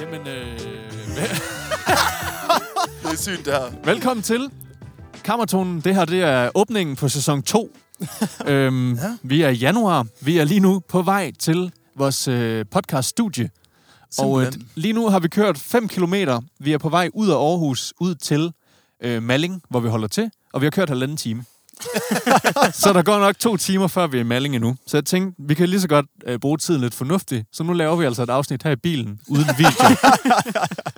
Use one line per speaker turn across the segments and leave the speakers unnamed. Jamen, øh, vel-
Det er sygt, det her.
velkommen til Kammertonen. Det her, det er åbningen på sæson 2. øhm, ja. Vi er i januar. Vi er lige nu på vej til vores øh, podcaststudie. Og øh,
Simpelthen.
lige nu har vi kørt 5 km. Vi er på vej ud af Aarhus, ud til øh, Malling, hvor vi holder til. Og vi har kørt halvanden time. så der går nok to timer, før vi er i Malling endnu. Så jeg tænkte, vi kan lige så godt øh, bruge tiden lidt fornuftigt. Så nu laver vi altså et afsnit her i bilen, uden video.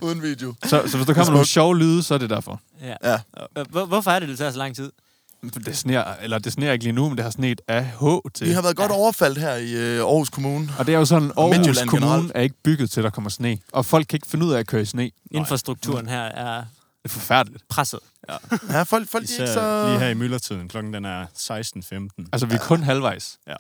Uden video.
så, så hvis der kommer nogle sjove lyde, så er det derfor.
Ja.
Ja.
Øh, Hvor, hvorfor er det, det tager så lang tid?
Det sneer, eller det sneer ikke lige nu, men det har sneet af H til.
Vi har været godt overfaldt her i øh, Aarhus Kommune.
Og det er jo sådan, Aarhus
Midtjylland
Kommune
generelt.
er ikke bygget til, at der kommer sne. Og folk kan ikke finde ud af at køre i sne. Det
Infrastrukturen her er
er forfærdeligt.
presset.
Ja, folk, folk de er
Især
ikke så...
lige her i myldretiden. Klokken den er 16.15.
Altså, vi er kun halvvejs.
Ja.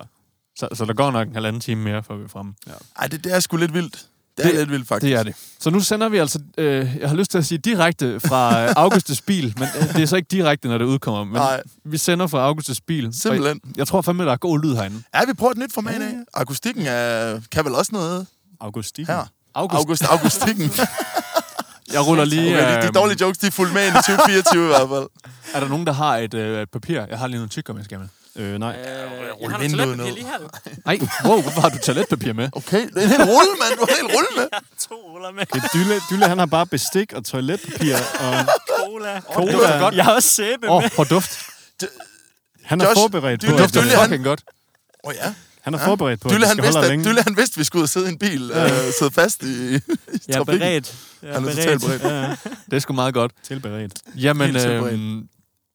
Så, så der går nok en halvanden time mere, før vi er fremme.
Ej, det, det er sgu lidt vildt. Det er
Det-
lidt vildt, faktisk.
Det er det. Så nu sender vi altså, øh, jeg har lyst til at sige direkte fra øh, Augustes bil, men øh, det er så ikke direkte, når det udkommer. Men
Nej.
vi sender fra Augustes bil. og
Simpelthen.
Jeg, jeg tror fandme, der er god lyd herinde.
Ja, vi prøver et nyt format af. Akustikken er, kan vel også noget
Augustin.
her.
August, August.
August, akustikken.
jeg ruller lige... øh,
Okay, de, de dårlige jokes, de er fuldt med ind i 2024 i hvert fald.
er der nogen, der har et, øh, et papir? Jeg har lige noget tykker, jeg skal med.
Øh, nej.
jeg
ruller vinduet ned.
her.
Nej, wow, hvorfor har du toiletpapir med?
Okay, det er en hel rulle, mand. Du er en hel rulle med.
To ruller med
Det er Dylle, Dylle, han har bare bestik og toiletpapir, og
cola.
Cola.
Det var godt. Jeg har også sæbe
Åh,
oh.
oh, hvor duft.
han er
Josh,
forberedt på,
Dylle,
at, øh,
Dufter
Dylle, han-
fucking godt.
Åh oh, ja.
han er forberedt på, at
Dylle,
det
han
skal
vidste,
holde
at,
længe.
Dylle, han vidste, at vi skulle ud og sidde i en bil. Øh, sidde fast i, i
Jeg er
trafikken.
beredt. Jeg
Han er totalt beredt.
Ja, ja.
Det er sgu meget godt.
Tilberedt.
Jamen,
Helt
øh,
tilberedt.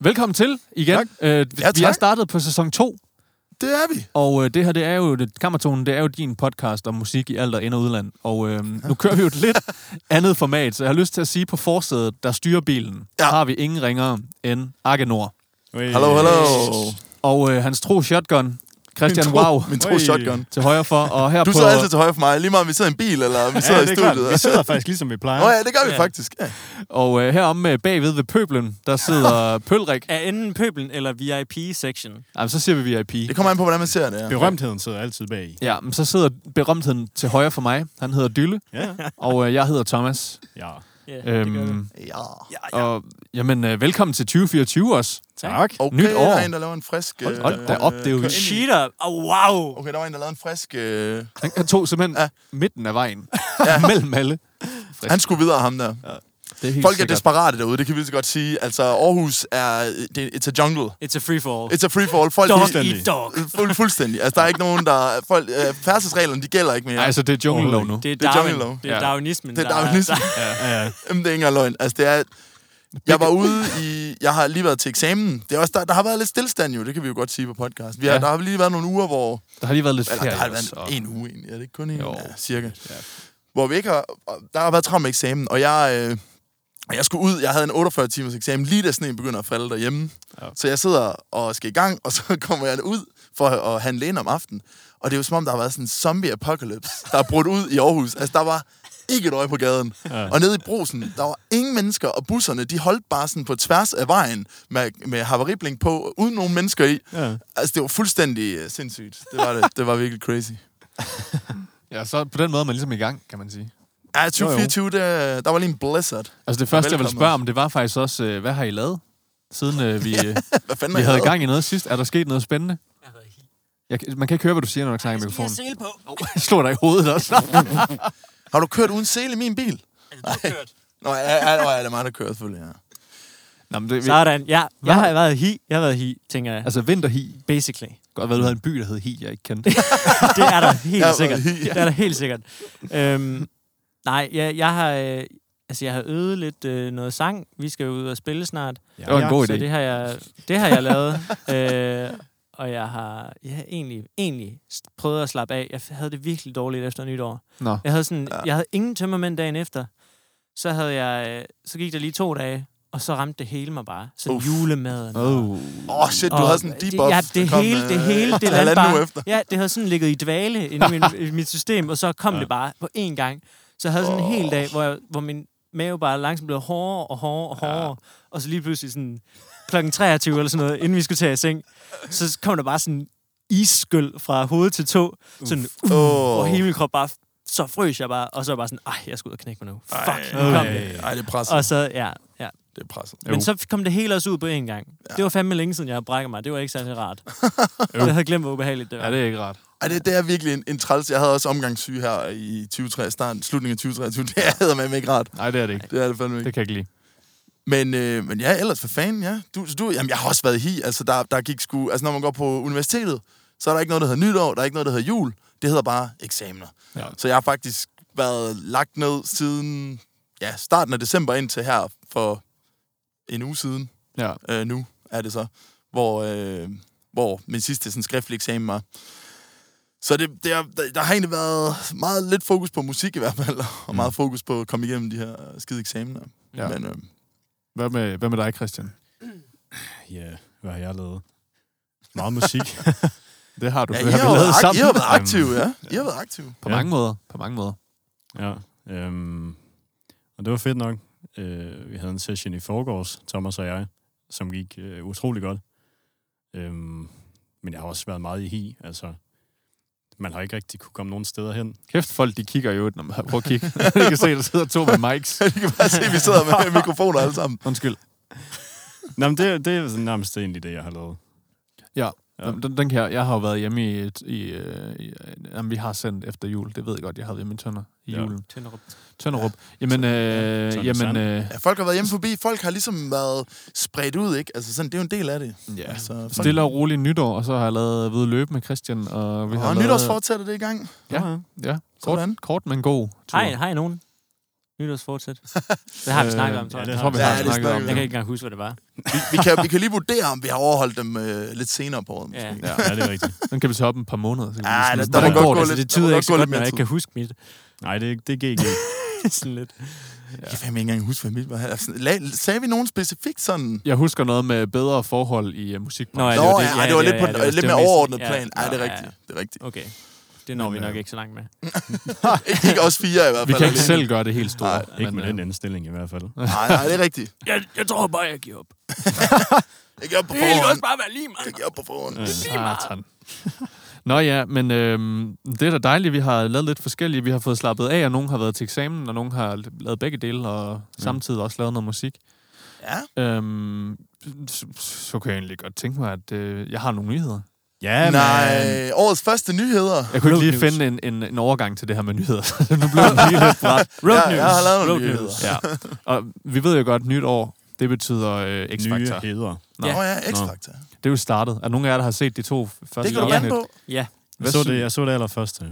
velkommen til igen.
Tak.
Øh,
Ja,
vi er
tak.
startet på sæson 2,
Det er vi.
og øh, det her, det er jo, det, Kammertonen, det er jo din podcast om musik i alt og ind- og udland. Og øh, nu kører vi jo et lidt andet format, så jeg har lyst til at sige, på forsædet, der styrer bilen, ja.
Ja.
har vi ingen ringere end Akke Nord.
Hey.
Hallo, hallo.
Og øh, hans tro shotgun, Christian
Min tro-
Wow,
Min tro
Oi.
shotgun.
til højre for, og her
Du
på...
sidder altid til højre for mig, lige meget om vi sidder i en bil, eller om vi
Ja,
sidder
det
i
er klart.
studiet.
Vi sidder faktisk ligesom vi plejer.
Nå ja, det gør vi
Ja.
faktisk. Ja.
Og øh, herom øh, bagved ved pøblen, der sidder Pølrik.
Er enten pøblen eller VIP-section?
Jamen, så siger vi VIP.
Det kommer an på, hvordan man ser det. Ja.
Berømtheden sidder altid bag i.
Ja, men så sidder berømtheden til højre for mig. Han hedder Dylle,
Ja,
og øh, jeg hedder Thomas.
ja.
Ja,
Øhm,
Ja.
Ja, ja.
og jamen, øh, velkommen til 2024 også.
Tak.
Okay,
Nyt år.
der er en, der laver en frisk... øh,
Hold da op, det er jo
kører ind i-
Cheater. Oh, wow.
Okay, der var en, der lavede en frisk... Øh...
Han, han tog simpelthen ja.
Ja.
midten af vejen. Ja. Mellem alle.
Han skulle videre, ham der.
Det er helt
Folk er desperate derude, det kan vi lige så godt sige. Altså, Aarhus er... Det, it's a jungle.
It's a free fall.
It's a free fall. Folk,
dog
de,
eat dog.
fuld, fuldstændig. Altså, der er ikke nogen, der... Folk, øh, færdselsreglerne, de gælder ikke mere.
Ej, altså, det er junglelov nu.
Det er
Det er
Darwin.
jungle law.
Det er
Ja.
darwinismen.
det er
der
darwinisme.
Ja, ja.
Jamen, det er ikke engang løgn. Altså, det er... Jeg var ude i... Jeg har lige været til eksamen. Det er også, der, der har været lidt stillstand jo, det kan vi jo godt sige på podcast. Vi har,
Ja.
ja. Der har lige været nogle uger, hvor...
Der har lige været lidt
Eller der har
ferie.
været
også, og-
en uge egentlig. Er det ikke kun en?
Jo.
Ja, cirka. Ja. Hvor vi ikke har... og Der har været travlt med eksamen, og jeg... Øh, og jeg skulle ud, jeg havde en 48-timers eksamen, lige da sneen begynder at falde derhjemme. Ja. Så jeg sidder og skal i gang, og så kommer jeg ud for at handle ind om aftenen. Og det er jo som om, der har været sådan en zombie-apocalypse, der er brudt ud i Aarhus. Altså, der var ikke et øje på gaden. Ja. Og nede i brosen, der var ingen mennesker, og busserne, de holdt bare sådan på tværs af vejen med, med havariblink på, uden nogen mennesker i.
Ja.
Altså, det var fuldstændig øh, sindssygt. Det var, det, det var virkelig crazy.
Ja, så på den måde er man ligesom i gang, kan man sige.
Ja, 2024, der, der var lige en blizzard.
Altså, det første, jeg ville
Velkommen
spørge
også.
om, det var faktisk også, øh, hvad har I lavet, siden øh, vi, øh,
Hvad fanden
vi
har
havde
jeg lavet?
gang i noget sidst? Er der sket noget spændende? Jeg, kan- man kan ikke høre, hvad du siger, når du snakker i mikrofonen.
sele på. Oh,
Jeg slår dig i hovedet også.
Har du kørt uden sele i min bil? Nå, ja, ja, nå, ja, det er mig, der kører selvfølgelig, ja.
Nå, men det, vi,
Sådan. Ja, jeg har været hi. Jeg har været hi, tænker jeg.
altså, vinterhi.
Basically.
Godt være, du havde en by, der hed Hi, jeg ikke kendte.
Det er der
Jeg har
helt sikkert.
været hi.
Det er der helt sikkert. Øhm, nej, jeg, jeg har... Øh, altså, jeg har øvet lidt øh, noget sang. Vi skal jo ud og spille snart.
Det var en god
Så
idé.
det har jeg, det har jeg lavet. øh, og jeg har, jeg har egentlig, egentlig s- prøvet at slappe af. Jeg f- havde det virkelig dårligt efter nytår.
Nå.
Jeg havde, sådan,
Ja.
jeg havde ingen tømmermænd dagen efter. Så, havde jeg, øh, så gik der lige to dage, og så ramte det hele mig bare. Så
Uff.
julemaden.
Oh.
Åh, oh, shit, du
og-
havde sådan en deep off.
Ja, det hele, det hele, det landte
bare.
bare.
efter.
Ja, det havde sådan ligget i dvale i, min, i mit system, og så kom ja. det bare på én gang. Så jeg havde sådan en hel dag, hvor, jeg, hvor min mave bare langsomt blev hårdere og hårdere og hårdere, ja. og så lige pludselig sådan klokken 23 eller sådan noget, inden vi skulle tage i seng, så kom der bare sådan isskyld fra hoved til tå. Sådan, uh,
Åh.
og hele min krop bare, så frøs jeg bare, og så bare sådan, ej, jeg skal ud og knække mig nu. Fuck, nu kom det.
Ej, det er presset.
Og så, ja, ja.
Det er presset.
Men så kom det hele også ud på én gang. Ja. Det var fandme længe siden, jeg havde brækket mig. Det var ikke særlig rart. jeg havde glemt, hvor ubehageligt det var.
Ja, det er ikke rart.
Ej, det, det er virkelig en, en træls. Jeg havde også omgangssyge her i 2023, starten, slutningen af 2023. Det er med ikke rart.
Nej, det er det ikke.
Det er det fandme ikke.
Det kan jeg ikke lide.
Men, øh, men ja, ellers for fanden, ja. Du, så du, jamen, jeg har også været hi. Altså, der, der gik sgu... Altså, når man går på universitetet, så er der ikke noget, der hedder nytår. Der er ikke noget, der hedder jul. Det hedder bare eksamener. Ja. Så jeg har faktisk været lagt ned siden ja, starten af december indtil her for en uge siden.
Ja.
Øh, nu er det så. Hvor, øh, hvor min sidste sådan, skriftlige eksamen var. Så det, det er, der, der har egentlig været meget lidt fokus på musik i hvert fald, og meget fokus på at komme igennem de her skide eksamener.
Ja.
Mm. Ja. Men, øh,
Hvad med, hvad med dig, Christian?
Ja, hvad har jeg lavet? Meget musik.
Det har du.
Ja,
det
I
har
har,
vi lavet
været, ak- I
sammen.
har været aktive, ja. I har været aktive.
På
Ja.
mange måder. På mange måder.
ja. Øhm, og det var fedt nok. Øh, vi havde en session i forgårs, Thomas og jeg, som gik øh, utrolig godt. Øhm, men jeg har også været meget i hi. Altså, man har ikke rigtig kunne komme nogen steder hen.
Kæft, folk de kigger jo, når man prøver at kigge. Jeg kan se, der sidder to med mics.
Det kan bare se, at vi sidder med mikrofoner alle sammen.
Undskyld.
Nå, men det, det er sådan nærmest egentlig det, jeg har lavet. Ja.
Jamen, Den, den kan jeg, jeg har jo været hjemme i... et- i, øh, i øh, jamen, vi har sendt efter jul. Det ved jeg godt, jeg havde hjemme i Tønder i
Ja.
ja. julen.
Tønderup.
Tønderup. Jamen, øh,
Tønder
jamen,
Sand.
øh,
Ja, folk har været hjemme forbi. Folk har ligesom været spredt ud, ikke? Altså sådan, det er jo en del af det.
ja.
Altså, folk...
Stille og roligt nytår, og så har jeg lavet ved løb med Christian. Og, vi har
Og
lavet-
nytårsfortsætter det i gang.
Ja. Ja,
Sådan.
kort, kort men god tur.
Hej, hej nogen. Nytårsfortsæt. Det
Øh,
har vi snakket om, tror
ja,
jeg.
det
Jeg tror, vi
Øh, Ja,
har
det
snakket om
snakker vi
Jeg
det.
kan ikke engang huske, hvad det var.
Vi, vi, kan, vi kan lige vurdere, om vi har overholdt dem øh, lidt senere på året.
Ja.
måske.
Ja.
Ja, det er rigtigt.
Den kan vi tage op om et par måneder. Så kan vi
Ej,
lige
der-
sådan-
der må
Hvordan
godt
går
gå
det?
Altså,
lidt-
det tyder
der må
ikke
godt
så
gå
godt,
lidt
når jeg
mere
ikke kan huske mit.
Nej, det er, ikke- det er GG.
Det er sådan lidt.
Jeg kan fandme ikke engang huske, hvad mit var. Altså, la- sagde vi nogen specifikt sådan?
Jeg husker noget med bedre forhold i uh,
Nå,
musikbranchen.
Nå,
det var
ja,
det.
ej,
Ja,
det var
det
lidt, på,
var- ja,
en-
det var-
lidt
det
mere
var
overordnet
mixing. Ja,
plan. Ej, det er
ja,
rigtigt. Det er rigtigt.
Okay. Det når vi nok
øh,
ikke så langt med.
Ikke, ikke os fire i hvert fald.
Vi kan ikke
alene.
selv gøre det helt store.
Nej,
Ikke med
øh,
den indstilling i hvert fald.
Nej, nej, det er rigtigt.
Jeg, jeg tror bare, jeg giver op.
Jeg gør på
Det kan
forhånd.
også bare være lige mig.
Jeg gør på forhånd.
Ah,
Satan. Nå ja, men øhm, det er da dejligt, vi har lavet lidt forskellige. Vi har fået slappet af, og nogen har været til eksamen, og nogen har lavet begge dele, og samtidig også lavet noget musik.
Ja.
Øhm, så, så kunne jeg egentlig godt tænke mig, at øh, jeg har nogle nyheder.
Ja, øh,
Nej, øh,
øh,
årets første nyheder.
Jeg kunne
Road
ikke lige
news.
finde en, en, en overgang til det her med nyheder, så nu blev det lige lidt bræt.
Road
Ja,
news.
jeg har lavet nogle
Road
nyheder.
news.
Ja. Og vi ved jo godt, nyt år, det betyder øh,
nye
X-Factor.
heder.
Nå ja, X-Factor.
Det er jo startet. Er nogen af jer, der har set de to første
Det kan du gerne
afsnit?
på.
Ja.
Jeg
Hvad
så
sy-
det, jeg så det allerførste.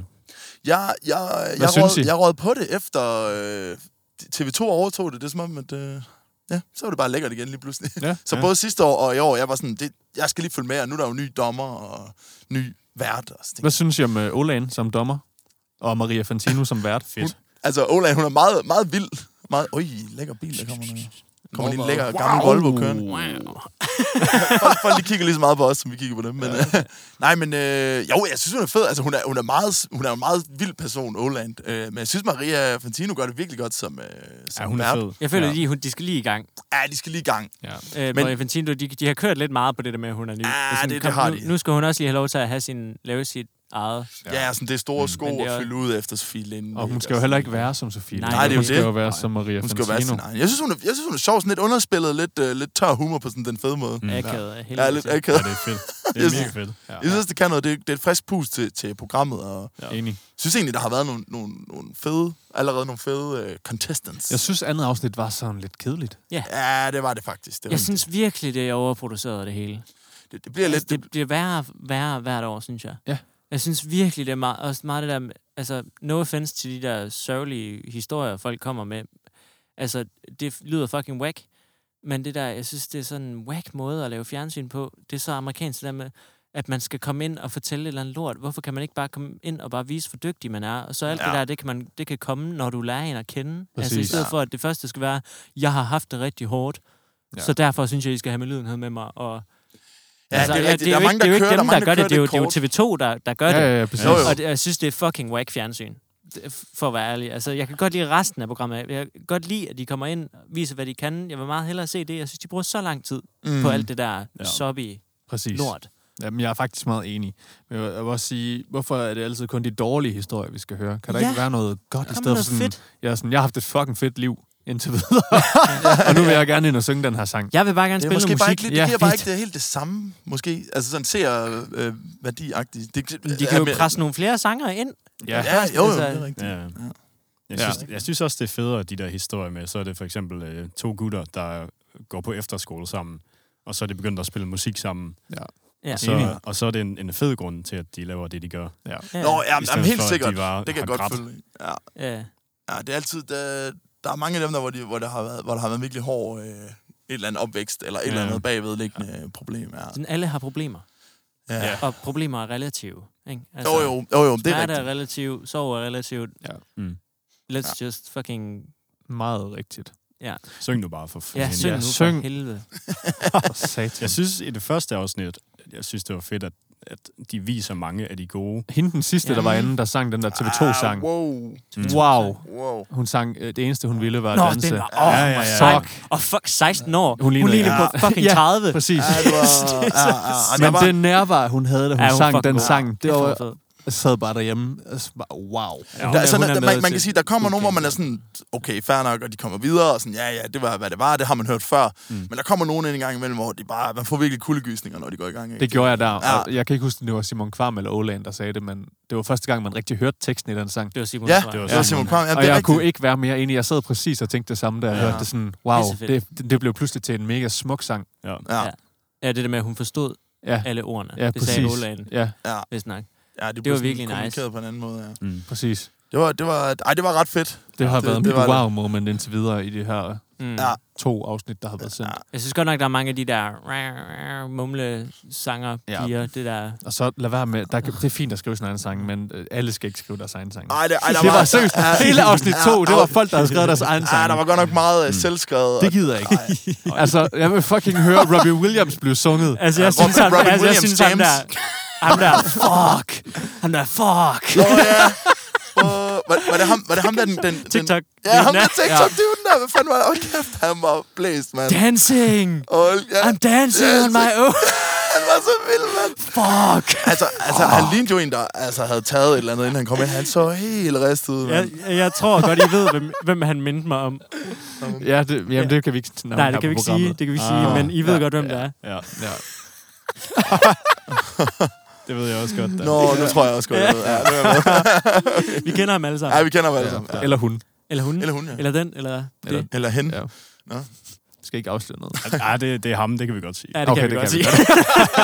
Jeg, jeg, jeg,
synes
råd,
I?
jeg råd på det efter øh, TV2 overtog det. Det er som om, at... Øh, ja, så var det bare lækkert igen lige pludselig.
Ja,
så
ja.
både sidste år og i år, jeg var sådan, det, jeg skal lige følge med, og nu er der jo ny dommer og ny vært. Og sådan.
Hvad synes I om øh, Olan som dommer? Og Maria Fantino som vært? Fedt.
Altså, Ola, hun er meget, meget vild. Meget, øj, lækker bil, der kommer nu. Kommer lige en lækker gammel Volvo kørende. Folk, folk de kigger lige så meget på os, som vi kigger på dem. Men, øh, nej, men øh, jo, jeg synes, hun er fed. Altså, hun er, hun er, meget, hun er en meget vild person, Åland. Øh, men jeg synes, Maria Fantino gør det virkelig godt som, øh, som
Ja, hun er
vært.
fed.
Jeg føler lige, hun, de skal lige i gang.
Ja, de skal lige i gang.
Ja.
Men-
Øh, Men Infantino, de, de har kørt lidt meget på det der med, at hun er ny.
Ah,
er
det- det har
nu,
de.
Nu skal hun også lige have lov til at have sin, lave sit eget.
Ja, ja sådan det er store sko
Men det er-
at fylde ud efter Sofie Linde.
Mm. Og hun skal jo heller ikke være som Sofie.
Nej,
Linde.
Nej, det er jo
hun skal
det.
jo være som Maria
Hun skal jo
Fantino.
være sin egen. Jeg synes, hun er, jeg synes, hun er sjov, sådan lidt underspillet, lidt, øh, lidt tør humor på sådan den fede måde. Mm.
Mm, akavet, ja.
Ja, lidt
Ja,
akavet.
det er fedt. Det
Jeg
er
synes-
mega fedt.
Jeg synes, det kan noget. Det, er- det er et frisk pus til, til programmet, og jeg
Enig.
synes egentlig, der har været nogle, nogle, nogle fede, allerede nogle fede øh, contestants.
Jeg synes, andet afsnit var sådan lidt kedeligt.
Ja, det var det faktisk. Det, var
Jeg synes virkelig, det er overproduceret det hele.
det, det bliver
Altså,
lidt...
det bliver værre, værre hvert år, synes jeg.
Ja.
Jeg synes virkelig, det er meget, også meget det der... med- Altså, no offense til de der sørgelige historier, folk kommer med. Altså, det lyder fucking whack. Men det der, jeg synes, det er sådan en whack måde at lave fjernsyn på. Det er så amerikansk, det der med, at man skal komme ind og fortælle et eller andet lort. Hvorfor kan man ikke bare komme ind og bare vise, hvor dygtig man er? Og så alt ja.
Ja.
det der, det kan, man, det kan komme, når du lærer en at kende. Altså, i
Præcis.
stedet
Ja.
for, at det første skal være, jeg har haft det rigtig hårdt.
Ja.
Ja. Så derfor synes jeg, I skal have med lyden her med mig. Og
Ja, det er rigtigt.
jo
Der er
ikke-
mange, der
det er
kører-
jo ikke
der
dem,
er mange,
der gør
der
det. Det er jo,
kører det
det er jo TV2, der, der gør
Ja,
det.
ja, ja, præcis.
Jo, jo.
Og det, jeg synes, det er fucking whack fjernsyn. Det- For at være ærlig. Altså, jeg kan godt lide resten af programmet. Jeg kan godt lide, at de kommer ind og viser, hvad de
Mm.
kan. Jeg vil meget hellere se det. Jeg synes, de bruger så lang tid mm. på alt det der ja. soppy
Præcis.
lort.
Jamen, jeg er faktisk meget enig. Men jeg jeg vil også sige, hvorfor er det altid kun de dårlige historier, vi skal høre? Kan der
Ja.
ikke være noget godt i
Kom
stedet
noget
for sådan...
fedt.
Jeg, er sådan, jeg har haft et fucking fedt liv indtil videre. og nu vil jeg gerne ind og synge den her sang.
Jeg vil bare gerne
Det, er
spille noget
måske
musik.
bare ikke, lidt- det
Ja,
ja, giver bare
fint.
ikke det helt det samme, måske. Altså sådan ser øh, værdiagtigt. Det,
Men de kan jo presse nogle flere sanger ind.
Ja.
Ja, jo, jo, det
Altså,
er rigtigt.
Ja. Jeg, synes, jeg synes også, det er federe, de der historier med. Så er det for eksempel øh, to gutter, der går på efterskole sammen, og så er de begyndt at spille musik sammen.
Ja.
Og
Enig.
så, og så er det en, en fed grund til, at de laver det, de gør.
Ja.
Ja.
Nå, ja,
I
jamen,
stedet
helt
for, at de
sikkert.
bare
Det kan jeg
har
godt
grædt.
følge. Ja,
ja.
ja, det er altid... Der, der er mange af dem, der, hvor, de, hvor, der, har været, hvor der har været virkelig hård... Øh, et eller andet opvækst, eller et
Ja.
eller andet bagvedliggende øh, problem. Ja.
Sådan, alle har problemer.
Ja.
Og problemer er relative. Ikke?
Jo, jo, jo, jo, det er
smerte altså, er
rigtigt.
relativt, sorg er relativt.
Ja.
Mm.
Let's just fucking...
Meget rigtigt.
Syng nu bare for
Ja,
fanden.
syng nu
syng.
for helvede.
For satan.
Jeg synes, i det første afsnit, jeg synes, det var fedt, at, at de viser mange af de gode.
Hende den sidste, der var
Ja.
inde, der sang den der TV2-sang.
Ah, wow,
Mm. Wow.
wow.
Hun sang, øh, det eneste hun ville var at
Nå,
danse.
den var... Åh, oh,
Ja,
ja,
ja,
ja,
ja.
ja. Og fuck, 16 år. Hun ligner, hun ligner
ja.
på fucking
Ja.
30.
Præcis.
Ja, det var, ja, ja, ja,
Men
der var,
den nærvær, hun havde, da hun,
Ja,
ja,
hun
hun sang
fucking
den
god.
sang, det
Kæft, hun
var,
er fed.
jeg sad bare derhjemme. og så bare, Wow.
Ja,
der, sådan,
hun er
der, man,
med
man kan
til-
sige, der kommer nogen, hvor man er sådan, okay, fair nok, og de kommer videre, og sådan, ja, ja, det var, hvad det var, det har man hørt før. Mm. Men der kommer nogen ind en gang imellem, hvor de bare, man får virkelig kuldegysninger, når de går i gang. Ikke?
Det gjorde jeg der.
Ja.
Og jeg kan ikke huske, om det var Simon Kvam eller Åland, der sagde det, men det var første gang, man rigtig hørte teksten i den sang.
Det var Simon.
ja,
tror jeg.
det var
det var Simon Kvam. Ja,
og
det
jeg
er
kunne
rigtigt.
ikke være mere enig. Jeg sad præcis og tænkte det samme, da jeg
Ja.
ja. hørte det sådan, wow,
Pissefedt.
det, det, det blev pludselig til en mega smuk sang.
Ja.
Ja,
Ja. Ja, det der med, at hun forstod
Ja,
alle ordene.
ja
det sagde
præcis.
Olaen,
Ja,
hvis nok.
ja, det,
var
blev sådan
virkelig nice.
kommunikeret på en anden måde, ja.
Mm.
præcis.
Det var, det var, ej, det var ret fedt.
Det har
Det-
det, været
det
det
var
mit
det.
wow-moment indtil videre i de her
Mm.
Ja.
to afsnit, der har været sendt.
Ja.
Jeg synes godt nok, der er mange af de der mumle sanger piger, det der...
Og så lad være med, der, kan- det er fint at skrive sin egen sang, men øh, alle skal ikke skrive deres egen sang.
Ej, det, ej, der
Det var
var
seriøst.
ja,
Hele afsnit
ja,
2, det var
au.
folk, der havde skrevet deres egen
Ja, der
sang.
var godt nok meget mm. selvskrevet.
Det gider jeg ikke. altså, jeg vil fucking høre Robbie Williams blive sunget.
Altså, jeg
Ja,
synes,
Robin-
ham,
Robin
altså, jeg
Williams,
synes ham der...
James.
Ham der, fuck! Ham der, fuck!
Nå, ja. Uh, var, var, det ham, var det ham der, den... den
TikTok.
Den, ja, ham der
Vietnam.
TikTok, det er den der. Hvad fanden var det? Hold kæft, han var blæst, mand.
Dancing!
Hold, ja,
I'm dancing on my own!
han var så vild, mand.
Fuck!
Altså, altså oh. han lignede jo en, der altså, havde taget et eller andet, inden han kom ind. Han så helt ristet ud, mand.
Jeg, jeg tror godt, I ved, hvem, hvem han mindte mig om.
Ja, det, jamen, det kan vi ikke snakke om
Nej,
her
det kan vi
på
ikke sige,
programmet. Ah.
det kan vi ikke sige, men I ved godt, hvem det er.
ja,
Ja.
det ved jeg også godt. da.
Nå, nu tror jeg også godt, jeg ved. Ja, nu er jeg med.
Vi kender ham alle
ja,
sammen.
vi kender ham alle
Ja.
sammen. Ja.
Eller hun.
Eller hun,
Eller hun, ja.
eller den, eller det.
Eller-
Eller hende.
Ja.
Nå.
Skal ikke afsløre noget.
Ja, det, det er ham, det kan vi godt sige.
Ja, det kan
Okay,
vi
det
godt
kan vi
sige.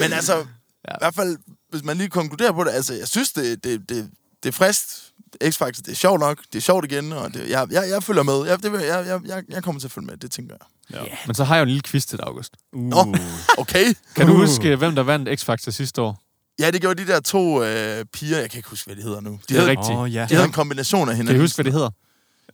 Men altså, ja. i hvert fald, hvis man lige konkluderer på det, altså, jeg synes, det, det, det, det er frist. X-Factor, det er sjovt nok. Det er sjovt igen, og det, jeg, jeg, jeg følger med. Jeg, det, vil- jeg, jeg, jeg, jeg kommer til at følge med, det tænker jeg.
Men så har jeg jo en lille quiz til dig, August.
Uh.
Okay.
Kan du
Uh.
huske, øh, hvem der vandt X-Factor sidste år?
Ja, det gjorde de der to øh, piger, jeg kan ikke huske, hvad de hedder nu. De
Det er
hedder,
rigtigt.
Åh, ja.
de hedder en kombination af hinanden.
Kan I huske, hvad det hedder?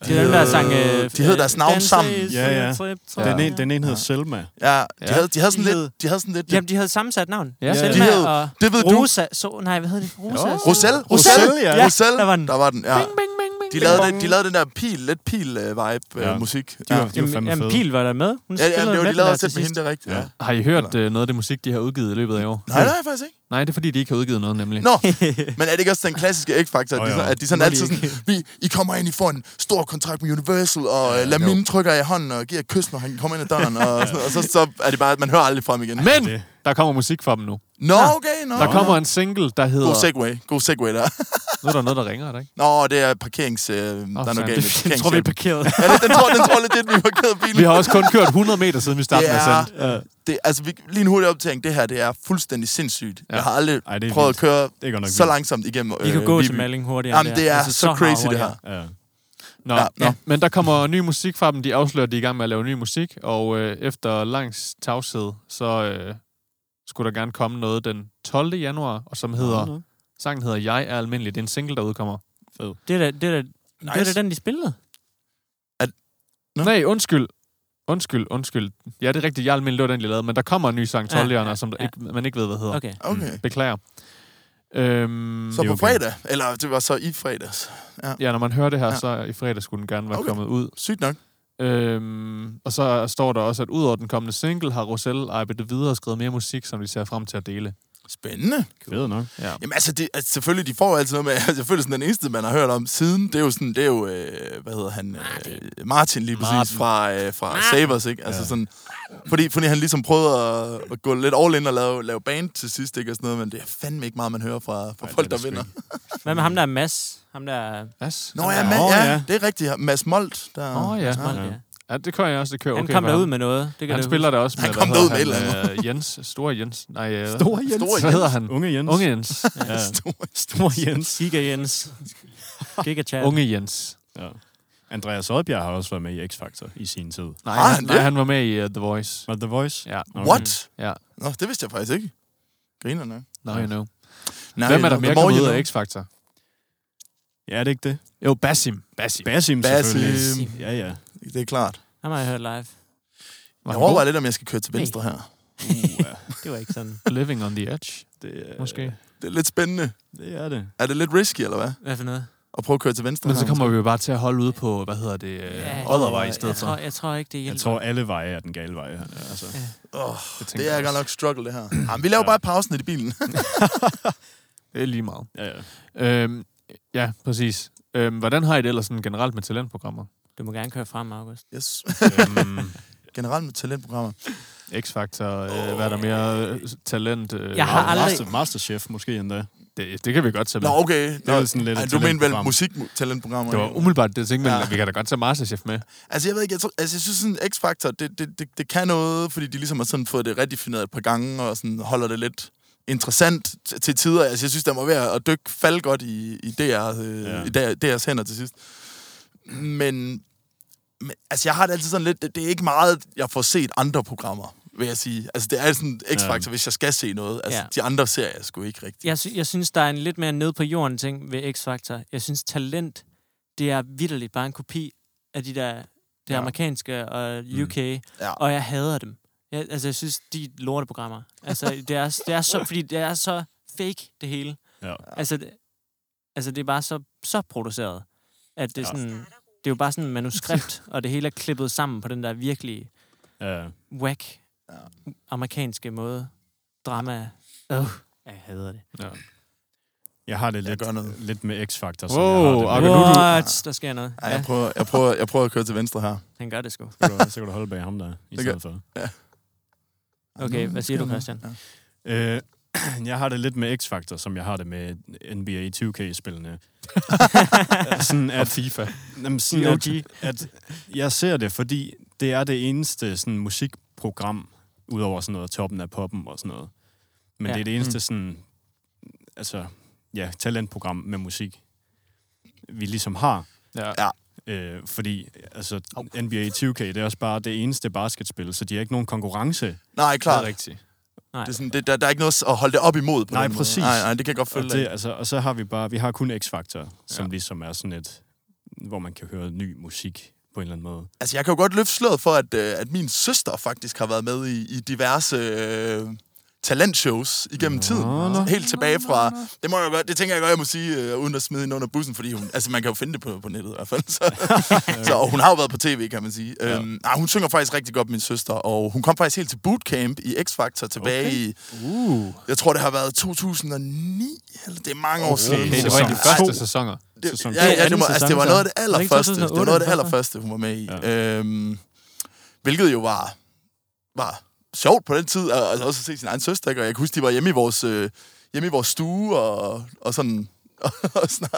Det er dem, der sang... øh,
De hedder deres navn
Danse,
sammen.
Ja, ja.
Trip, trip,
Den ene,
trip.
den ene hedder Selma.
Ja, de,
Ja.
Havde, de havde sådan
De hed-
lidt... De havde sådan lidt
Jamen, de havde sammensat navn.
Ja.
Selma
de hed,
og
det ved du.
Rosa. Så, nej, hvad hedder det? Rosa?
Jo.
Rosel?
Rosel,
Rosel,
ja.
Ja,
Rosel,
der var den.
Der var den, ja.
Bing, bing, bing, bing,
De lavede,
bing,
den, de
bong.
lavede den der pil, lidt pil-vibe-musik.
Ja.
Øh, musik.
De
ja.
var, de var
Jamen,
fandme
jamen,
fede.
Pil var der med. Hun
Ja, ja,
spillede
det var,
med
de lavede
der
tæt
til
med
sidst.
hende, det er rigtigt. Ja.
Ja.
Ja.
Har I hørt øh, noget af det musik, de har udgivet i løbet af i år?
Nej, nej, faktisk ikke.
Nej, det er fordi, de ikke har udgivet noget, nemlig.
Nå, men er det ikke også den klassiske X-Factor, at,
Åh,
de
jo.
sådan- at de sådan
Må de
altid sådan, vi, I kommer ind, I får en stor kontrakt med Universal, og ja, Lamin trykker i hånden og giver et kys, når han kommer ind ad døren, og, sådan, og så, så er det bare, at man hører aldrig frem igen.
Men
det-
der kommer musik fra dem nu.
Nå, okay, nå.
Der kommer en single, der hedder...
God segway, god segway der.
Nu er der noget, der ringer, er der ikke?
Nå, det er parkerings... Øh, der er noget
sandt.
galt med
Jeg tror, vi er
parkerings-
parkeret.
Ja, den, den, tror, den tror lidt, at vi parkerede bilen.
Vi har også kun kørt 100 meter, siden vi startede
Det
med at
er-
sende.
det, altså, vi, lige en hurtig optagning. Det her, det er fuldstændig sindssygt. Ja. Jeg har aldrig
Ej,
Ej,
det er
prøvet
vildt.
at køre
Det er godt nok
så
vildt.
langsomt igennem
Vi kan
øh,
gå til
Viby.
Malling hurtigere.
Jamen, det er altså, så
meget
crazy, det
hurtigere.
her.
Ja.
Nå,
Ja,
ja,
nå.
ja. Men der kommer ny musik fra dem. De afslører, at de er i gang med at lave ny musik, og øh, efter langs tavshed, så øh, skulle der gerne komme noget den 12. januar, og som hedder...
Nå, nå.
Sangen hedder Jeg er almindelig. Det er en single, der udkommer.
Det er da, det er da, nice. det er da den, de spillede.
Nå.
Nå. Nej, undskyld. Undskyld, undskyld. Ja, det er rigtigt. Jeg er almindelig, det var den, jeg lavede, men der kommer en ny sang,
Ja,
12. Ja,
ja,
som der
ja.
ikke, man ikke ved, hvad hedder. Okay.
Okay.
Okay.
Beklager. Øhm,
Mm.
Så
Det er
på
okay.
fredag, eller det var så i fredags.
ja, når man hører det her,
Ja.
så i fredag skulle den gerne være
Okay.
okay. kommet ud.
Sygt nok.
Øhm, og så står der også, at udover den kommende single, har Roselle arbejdet videre og skrevet mere musik, som de ser frem til at dele.
Spændende.
Fedt nok.
Ja.
Jamen altså, det, altså selvfølgelig, de får jo altid noget med, altså, selvfølgelig sådan den eneste, man har hørt om siden, det er jo sådan, det er jo, øh, hvad hedder han, øh, Martin lige præcis,
Martin.
fra, øh, fra Sabers, ikke? Altså sådan, fordi, fordi han ligesom prøvede at, at gå lidt all in og lave, lave band til sidst, ikke? Og sådan noget, men det er fandme ikke meget, man hører fra, fra
Ej,
folk,
det er
der
det sgu
vinder.
Hvad med ham, der er Mads? Ham, der er...
Yes.
Nå ja,
Nå,
man, ja,
ja.
det er rigtigt. Mads Molt, der...
Åh, ja.
Smold,
ja.
ja.
ja, det kører jeg også. Det kører
Han
okay.
kom
for
derud
ham.
med noget. Det kan
Han
du
spiller der også med,
Han
hvad
kom derud
hedder
med et eller
han, øh, Jens. Store Jens. Nej, øh,
Store Jens.
Store
Hvad
Jens.
hedder han?
Unge Jens.
Unge Jens.
Ja.
Stor-
Store Jens.
Giga Jens. Giga Chat.
Unge Jens.
Ja. Andreas Oddbjerg har også været med i X-Factor i sin tid.
Nej,
Har
han,
han
nej,
det?
han var med i uh, The Voice.
Var det The Voice?
Ja.
Okay.
What?
Ja.
Nå, det vidste jeg faktisk ikke. Griner nok.
Now you know.
Nej,
Hvem er der
nå,
mere
the more
kommet
you
ud
know.
af X-Factor?
Ja, er det ikke det?
Jo, Basim. Basim.
Basim,
Basim.
selvfølgelig. Ja, ja.
Det er klart.
Ham har jeg hørt live.
Var
Jeg
han
overvejer lidt, om jeg skal køre til venstre her.
Uh, ja.
Det var ikke sådan.
god? Living on the Edge,
Det er,
måske.
Det er lidt spændende.
Det er det.
Er det lidt risky, eller hvad?
Hvad for noget?
At prøve at køre til venstre
Men så
her?
kommer vi jo bare til at holde ude på, hvad hedder det, øh,
Ja,
yeah. Otherwise i
Jeg
stedet for.
tror, jeg tror ikke, det hjælper.
Jeg tror, alle veje er den gale vej. her. Ja, altså.
Åh,
Jeg tænker
det er
også.
godt nok struggle, det her. Jamen, vi laver
Ja.
bare pausen i bilen.
Det er lige meget.
ja, ja.
Øhm, ja, præcis. Øhm, hvordan har I det ellers sådan generelt med talentprogrammer?
Du må gerne køre frem, August.
Yes.
øhm,
Generelt med talentprogrammer.
X-Factor, øh, hvad er der mere? Øh, Talent? Øh,
Jeg har aldrig-
Master, Masterchef måske endda.
Det, det kan vi godt tage med.
Nå, okay. Nå,
Det er jo sådan lidt
ej,
et
du mente vel
talentprogram.
musiktalentprogrammer?
Det var
ikke?
umiddelbart det, jeg tænkte, men
Ja.
ja. vi kan da godt tage Masterchef med.
Altså, jeg ved ikke, jeg, tror, altså, jeg synes sådan, X-Factor, det, det, det, det, kan noget, fordi de ligesom har sådan fået det redefineret et par gange, og sådan holder det lidt interessant t- til tider. Altså, jeg synes, der må være at dykke fald godt i, i, DR, øh,
Ja.
ja. i DR, DR's hænder til sidst. Men, men altså, jeg har det altid sådan lidt, det, det er ikke meget, jeg får set andre programmer, vil jeg sige. Altså, det er sådan X-Factor,
Ja.
hvis jeg skal se noget. Altså,
Ja.
ja. de andre serier er sgu ikke rigtigt.
Jeg, sy- jeg synes, der er en lidt mere ned på jorden ting ved X-Factor. Jeg synes, talent, det er vidderligt bare en kopi af de der, det
Ja.
amerikanske og UK, mm.
Ja.
og jeg hader dem. Jeg, altså, jeg synes, de er lorteprogrammer. Altså, det er, det er så, fordi det er så fake, det hele.
Ja.
Altså, det, altså, det er bare så, så produceret, at det er
Ja.
sådan... Det er jo bare sådan et manuskript, og det hele er klippet sammen på den der virkelig
Ja.
whack
Ja.
amerikanske måde. Drama. Øh, jeg hader det.
Ja.
Jeg har det
Jeg
lidt,
gør noget.
lidt med X-Factor, som
Wow,
jeg har
og
det med.
nu er du-
What? Der sker noget.
Ej,
ja,
jeg, prøver, jeg, prøver, jeg prøver at køre til venstre her.
han gør det sgu.
Så kan du- Så kan du holde bag ham der, i
gør-
stedet for.
Okay, hvad siger du, Christian?
Øh, jeg har det lidt med X-Factor, som jeg har det med NBA 2K-spillene. sådan
Og
at,
FIFA.
jamen, sådan at, at jeg ser det, fordi det er det eneste sådan, musikprogram, udover sådan noget toppen af poppen og sådan noget. Men
Ja.
ja. det er det
Mm.
eneste sådan, altså, ja, talentprogram med musik, vi ligesom har.
Ja.
Øh, fordi altså, NBA 2K, det er også bare det eneste basketspil, så de har ikke nogen konkurrence.
Klar.
Nej, klart.
Det er rigtigt.
Nej.
Det er sådan, det, der, der er ikke noget at holde det op imod på
Nej,
den
præcis.
Måde. Nej, nej, det kan jeg godt
Og,
følge dig i.
det, altså, og så har vi bare, vi har kun X-Factor, som
Ja.
ja. ligesom er sådan et, hvor man kan høre ny musik på en eller anden måde.
Altså, jeg kan jo godt løfte sløret for, at, øh, at min søster faktisk har været med i, i diverse øh, talentshows igennem
Nå,
tiden.
nå.
Helt tilbage fra... Det, må jeg godt, det tænker jeg godt, jeg må sige, øh, uden at smide hende under bussen, fordi hun... Altså, man kan jo finde det på, på nettet i hvert fald. Så, så, og hun har jo været på tv, kan man sige. Ja. Øhm, nej, hun synger faktisk rigtig godt, min søster, og hun kom faktisk helt til bootcamp i X-Factor tilbage okay. i...
Uh.
Jeg tror, det har været 2009, eller det er mange år siden.
Okay, det var en af de
Ja,
første sæsoner.
sæson
det,
to.
ja, ja, det,
Anden
må, altså, det var
sæson,
noget af det
så. Var det ikke
allerførste. Det var
2008,
noget af det
den første?
allerførste, hun var med i. Ja. Øhm, hvilket jo var, var sjovt på den tid, og altså også at se sin egen søster. Ikke? Og jeg kan huske, de var hjemme i vores, øh, hjemme i vores stue og, og sådan... og, snak,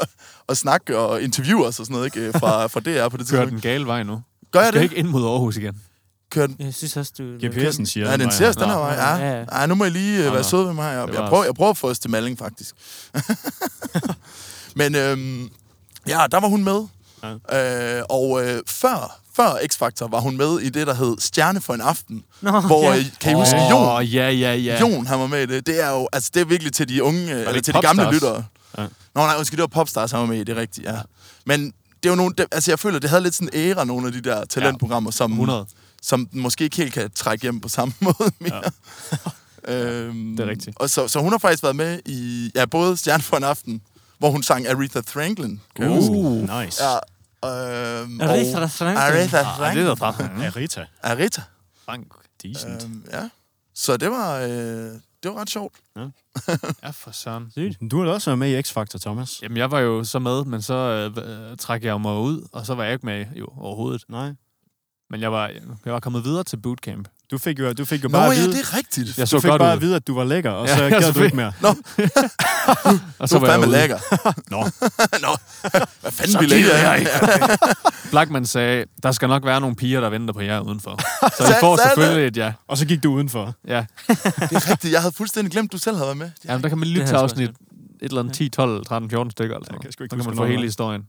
og snakke og interviewe os og sådan noget, ikke? Fra, fra DR på det
Kører
tidspunkt.
den gale vej nu.
Gør jeg
Skal
det?
ikke ind mod Aarhus igen.
Kører den?
Jeg synes også, du...
GPS'en siger
Ja, den
vej
ser
her.
os den her
Nå,
vej.
ja,
Ja.
ja.
Ej, nu må I lige
Nå,
øh, være
nå.
søde ved mig.
Det
Jeg,
var
jeg, prøver,
os.
jeg prøver at få os til Malling, faktisk. Men øhm, ja, der var hun med. Ja. Øh, og øh, før, før X-Factor var hun med i det, der hed Stjerne for en aften.
Nå,
hvor,
ja.
øh, kan I huske, Jon,
Åh, ja, ja, ja.
Jon han var med i det. Det er jo altså, det er virkelig til de unge, øh, eller
ikke
til de gamle
Popstars?
lyttere.
Ja.
Ja. Nå nej, undskyld, det var Popstars, han var med i, det er rigtigt, ja. Men det er jo nogle, det, altså jeg føler, det havde lidt sådan en æra, nogle af de der talentprogrammer, som,
100.
som den måske ikke helt kan trække hjem på samme måde mere. Ja. øhm,
det er rigtigt.
Og så, så hun har faktisk været med i ja, både Stjerne for en aften, hvor hun sang Aretha Franklin. Kan jeg huske.
Uh.
Nice.
Ja, Øhm, og
Arita Frank.
Aretha
Ah, det
Franklin.
er der fra.
Arita.
Aretha.
Frank.
Decent.
Øhm, ja. Så det var, øh, det var ret sjovt.
Ja, for søren.
Sygt. Du har da også været med i X-Factor, Thomas.
Jamen, jeg var jo så med, men så øh, øh, trak jeg mig ud, og så var jeg ikke med jo, overhovedet.
Nej.
Men jeg var, jeg var kommet videre til bootcamp.
Du fik jo, du fik jo
Nå
bare at
ja,
vide,
det er rigtigt.
Jeg
du
så
fik
godt
bare
ud,
at vide, at du var lækker, og
Ja,
så
jeg
gad
så
du ikke mere.
og
Du
så
er
var jeg
fandme
ude.
lækker.
Nå.
Nå. Hvad fanden ville jeg
gider jeg
ikke?
Blackman sagde, der skal nok være nogle piger, der venter på jer udenfor. Så I
Sa-
får
sagde
selvfølgelig et ja.
Og så gik du udenfor.
ja.
Det er rigtigt. Jeg havde fuldstændig glemt, du selv havde været med.
Jamen, der kan man
Det
lytte
har
til
jeg sgu
afsnit et eller andet 10, 12, 13, 14 stykker. Eller
Jeg
sådan
kan
noget.
sgu
Så
ikke
kan
huske,
man få
hvornår det
hele
var.
historien,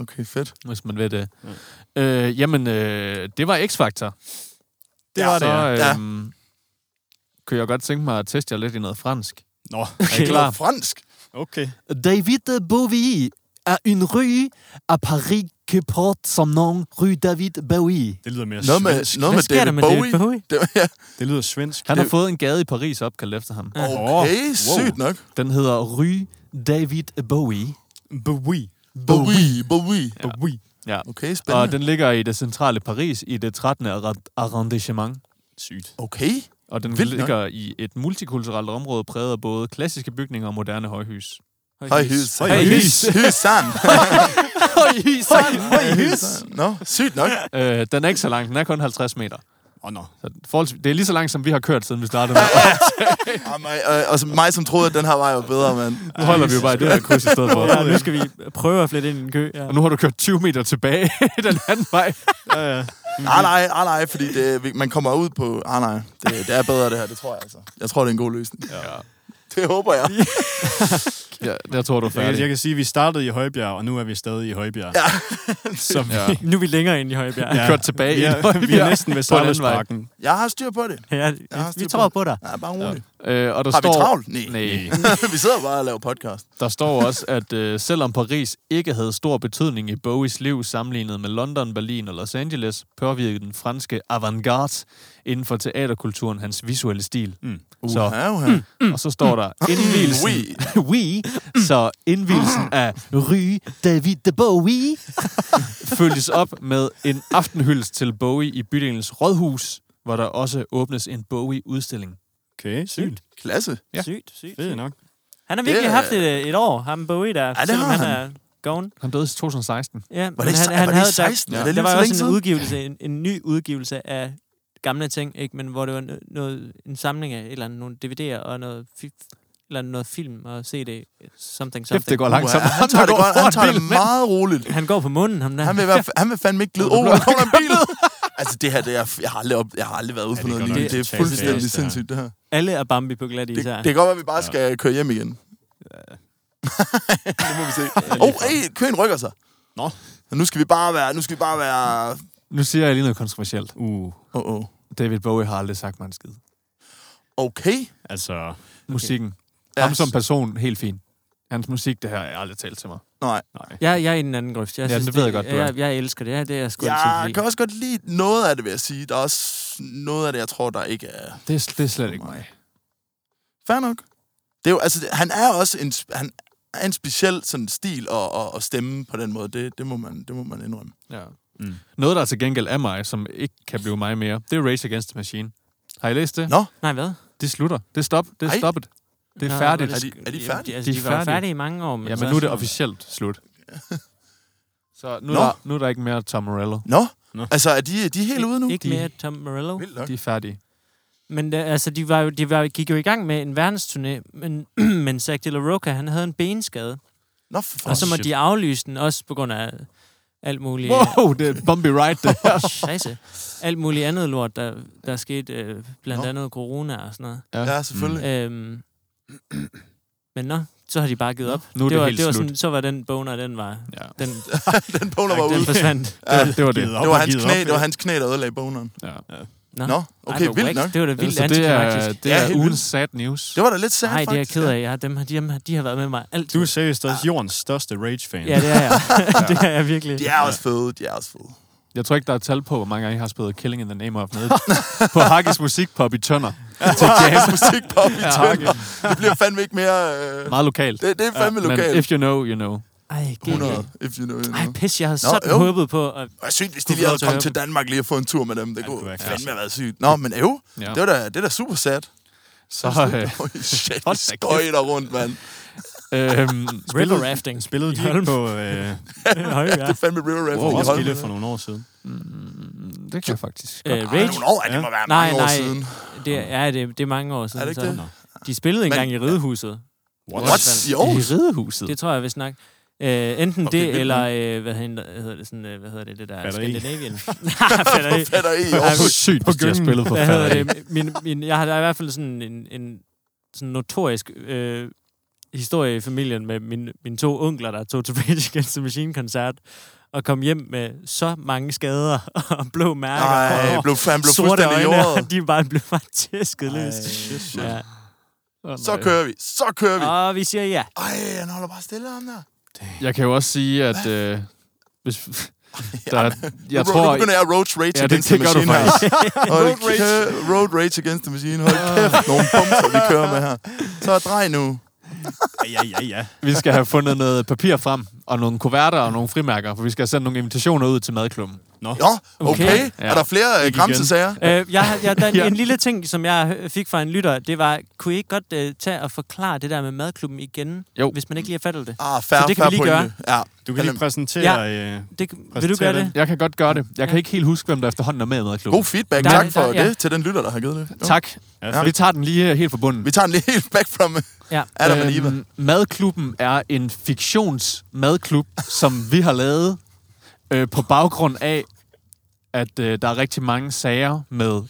Okay, fedt.
hvis man ved det.
Mm.
Øh, jamen, øh, det var X-Factor.
Det
Ja,
var det,
Så
ja.
øh, kunne jeg godt tænke mig at teste jer lidt i noget fransk.
Nå,
Er I
Det var
klar?
fransk.
okay.
David Bowie er en rue à Paris qui porte som nom rue David Bowie.
Det lyder mere
Noget med,
svensk.
noget
Hvad
med
sker der
David
med
Bowie.
David Bowie?
Det var, ja.
Det lyder svensk.
Han har
Det-
fået en gade i Paris opkaldt efter ham.
Ja.
Okay, sygt nok.
Den hedder Rue David Bowie.
Bowie.
Bowie, Bowie.
Bowie.
Ja.
Okay,
Og
spændende.
den ligger i det centrale Paris i det 13. arra- arrondissement.
Sygt.
Okay.
Og den
Vildt nok.
ligger i et multikulturelt område præget af både klassiske bygninger og moderne højhus.
Hej, hys.
Hej, hys.
Hys, sand.
højhus!
Hej, hys. Nå, sygt nok.
øh, den er ikke så lang, den er kun 50 meter.
Åh, oh, nå. No.
Så forholdsvis- det er lige så langt, som vi har kørt, siden vi startede. Med.
Og mig, øh, og så mig, som troede, at den her vej var bedre, mand.
Nu holder vi jo bare i det her kryds i stedet for.
Ja, nu skal vi prøve at flette ind i en kø. Ja.
Og nu har du kørt 20 meter tilbage den anden vej.
Ja, ja.
Nej, Ah, nej, nej, nej, fordi det, man kommer ud på... Nej, nej, det, det er bedre det her, det tror jeg altså. Jeg tror, det er en god løsning.
Ja.
Det håber jeg.
ja der tror du er
Jeg, kan- jeg
færdig.
kan sige, at vi startede i Højbjerg, og nu er vi stadig i Højbjerg. Ja. Så vi,
Ja.
Nu er vi længere ind i Højbjerg.
Ja. Kørt tilbage
vi,
i
er,
Højbjerg
vi er næsten ved
på en anden vej.
Sarløsparken.
Jeg har styr på det.
Ja,
har
vi
styr på
tror på dig.
Ja, bare roligt.
Øh, og der
Har vi
står,
travlt? Nej.
Nej.
vi sidder bare og laver podcast.
Der står også, at øh, selvom Paris ikke havde stor betydning i Bowies liv sammenlignet med London, Berlin og Los Angeles, påvirkede den franske avantgarde inden for teaterkulturen hans visuelle stil.
Mm.
Så,
Ja, uha. Mm.
og så står der indvielsen... oui. Så indvielsen af Rue David de Bowie følges op med en aftenhyldest til Bowie i bydelens Rådhus, hvor der også åbnes en Bowie-udstilling.
Okay, sygt.
Klasse.
Ja.
Sygt, sygt.
Fedt nok.
Han har virkelig
Det er-
haft et, et år, ham Bowie der.
det
selvom
har
han. er gone.
Han døde i 2016.
Ja,
Var det, ikke- var det ikke 16?
Der,
Ja.
ja,
Er det
der
lige
var
så længe
jo også en
siden?
udgivelse, en, en ny udgivelse af gamle ting, ikke? men hvor det var no- noget, en samling af et eller andet, nogle DVD'er og noget, fi- eller noget film og CD, something,
Kæft, det
something.
går langsomt.
Uha, han tager det
går
godt. Han
hurtigt,
tager det
mand.
meget roligt.
Han går på munden, ham der.
Han vil, i hvert fald- han vil fandme ikke glide. Oh, der kommer en bil! Altså, det her, det er, jeg, har aldrig op, jeg har aldrig været ude
Ja,
på
det er
noget
godt
lignende.
nok
Det er
totalt
fuldstændig
seriøst, det her.
sindssygt, det her.
Alle er Bambi på glat
Det,
is her.
det kan godt være, at vi bare skal køre hjem igen. det må vi se. Åh, oh, hey, køen rykker sig.
Nå.
Nu skal vi bare være... Nu skal vi bare være...
Nu siger jeg lige noget kontroversielt.
Uh,
Oh, oh.
David Bowie har aldrig sagt mig en skid.
Okay.
altså,
Musikken.
Ja.
Ham som person, helt fin. Hans musik, det her, jeg har aldrig talt til mig.
Nej.
Jeg, jeg er i den anden grøft. Jeg
Ja,
synes,
det ved jeg godt, du
Jeg, jeg elsker det. Ja, det er jeg sgu altid
Jeg
lide.
kan også godt lide noget af det, vil jeg sige. Der er også noget af det, jeg tror, der ikke er...
Det er, det er slet ikke mig.
Fair nok. Det er jo, altså, det- han er også en, sp- han er en speciel sådan, stil og, og, og stemme på den måde. Det, det, må, man, det må man indrømme.
Ja.
Mm.
Mm. Noget, der til gengæld er mig, som ikke kan blive mig mere, det er Race Against the Machine. Har I læst det?
Nå.
Nej, hvad?
Det slutter. Det er stop. Det
Ej.
er stoppet. Det
Nå,
er færdigt.
Er
hvor
de-
sk-
er de
Jamen,
færdige?
Altså,
De
de,
er
var jo
færdige.
færdige i mange år. Men
Ja,
så
men nu er det
sådan-
officielt slut. Så nu,
Nå.
er der, nu er der ikke mere Tom Morello.
Nå?
Nå.
Altså, er de, de er helt ude nu?
Ikke
De-
mere Tom Morello.
Vildt nok.
De er færdige.
Men øh, altså, de, var jo, de var, gik jo i gang med en verdensturné, men, men Zach De La Roca, han havde en benskade.
Nå, for
Og
fanden.
så måtte
shit.
de aflyse den, også på grund af alt muligt...
Wow, det er et bumpy ride, det her.
Scheiße. Alt muligt andet lort, der, der skete, øh, blandt
Nå.
andet corona og sådan noget.
Ja, selvfølgelig. Mm.
Øhm, men nå, så har de bare givet op.
Nu er det,
det var,
helt
det var
slut.
sådan, så var den boner, den var.
Ja.
Den,
den boner var
den
ude.
forsvandt.
Ja,
Det var det.
givet op
det var
og
hans
givet
knæ,
op.
det var hans knæ, der ødelagde boneren.
Ja.
Nå.
Nå, okay,
Ej, hvor
vildt
wack.
nok.
Det var da vildt
Så Altså, det er,
antiklimaktisk.
det
Ja,
er
helt
ugens sad news.
Det var da lidt sad,
Nej, det er jeg
faktisk.
ked af. Ja, dem, har- de, har- de har været med mig altid.
Du er seriøst også jordens største rage-fan.
Ja, det er jeg. det er jeg virkelig.
De er også fede, de er også fede.
Jeg tror ikke, der er tal på, hvor mange gange jeg har spillet Killing in the Name of nede på Hakkes Musikpop i Tønder.
Til jazz musik på i
Ja,
tænder. Det bliver fandme ikke mere... Øh...
Meget lokalt.
Det, det er fandme
Men
lokalt.
if you know, you know.
Ej, GG.
100, if you know. You know.
Ej, pis, jeg havde
Nå,
sådan
øv.
håbet på. At...
Og sygt, hvis de
Kunne
lige
få
havde
lov til at
kommet
høre
til Danmark lige og få en tur med dem. Det
Ja, det
kunne
kunne være
fandme
klasse.
have været sygt. Nå, men øv,
Ja.
det var da, det er da super sad.
Så, øh,
Holy shit,
Hold da
de
kæft.
skøjter rundt, mand.
øhm,
River rafting.
Spillede de
Holm.
ikke på øh,
Høj,
Ja.
ja.
Det er fandme real rap.
Wow.
i Holmen.
Roskilde for nogle år siden?
mm, det kan jeg faktisk
Øh,
godt.
Ej,
Rage,
nogle år, ja, det må være
Nej,
mange år
nej.
siden.
det er, ja, det, det er mange år siden.
Er det ikke
så.
det?
De spillede
Men-
engang i Ridehuset.
What?
What?
I
I
Aarhus?
Ridehuset.
Det tror jeg, vi snakker. Øh, enten
Og det er
det,
vildt,
eller øh, hvad, hedder, hvad hedder det, sådan, øh, hvad hedder det, det der
Batteri.
Scandinavian? Nej, batteri.
Fatter I i
Det er
Aarhus?
sygt, hvis de har
gyngen.
spillet for
Hvad hedder
fanden.
det? Min, min, jeg har der er i hvert fald sådan en, en sådan notorisk øh, historie i familien med min, mine to onkler, der tog til Rage Against the Machine-koncert og kom hjem med så mange skader og blå mærker.
Nej,
og
blev fandme blev
sorte
fuldstændig
øjne,
jordet.
og de bare blev bare tæsket løs. Ja. Ah.
Så kører vi, så kører vi.
Og vi siger ja.
Ej, han holder bare stille ham der.
Jeg kan jo også sige, at... Øh, hvis, der,
Nu-
jeg
nu
tror...
begynder jeg at road rage
Ja, det,
against
det
the
gør du
machine her.
faktisk.
Hold
Road rage.
kæft, road rage against the machine. Hold kæft, nogle bumser, vi kører med her. Så drej nu.
Ja, ja, ja.
Vi skal have fundet noget papir frem, og nogle kuverter og nogle frimærker, for vi skal have sendt nogle invitationer ud til madklubben.
Nå, okay.
Okay.
Ja.
Er der flere øh,
Ikke
gramsesager?
Øh, jeg, har- jeg, der,
Ja.
En lille ting, som jeg øh, fik fra en lytter, det var, kunne I ikke godt øh, tage og forklare det der med madklubben igen,
Jo.
hvis man ikke lige har fattet det?
Ah, fair,
Så det kan
fair
vi lige
pointe. Ja.
Du kan lige præsentere... Ja. Øh,
det vil du
Præsentere
gøre det?
den.
Jeg kan godt gøre det. Jeg
Ja.
kan ikke helt huske, hvem der efterhånden er med i madklubben.
God feedback.
Der-
tak for
der- ja.
det til den lytter, der har givet det. Jo.
Tak.
ja,
Vi
fedt.
tager den lige øh, helt fra bunden.
Vi tager en lige helt back from
Ja.
Adam og Eva.
Øhm, madklubben er en fiktionsmadklub, som vi har lavet øh, på baggrund af, at øh, der er rigtig mange sager med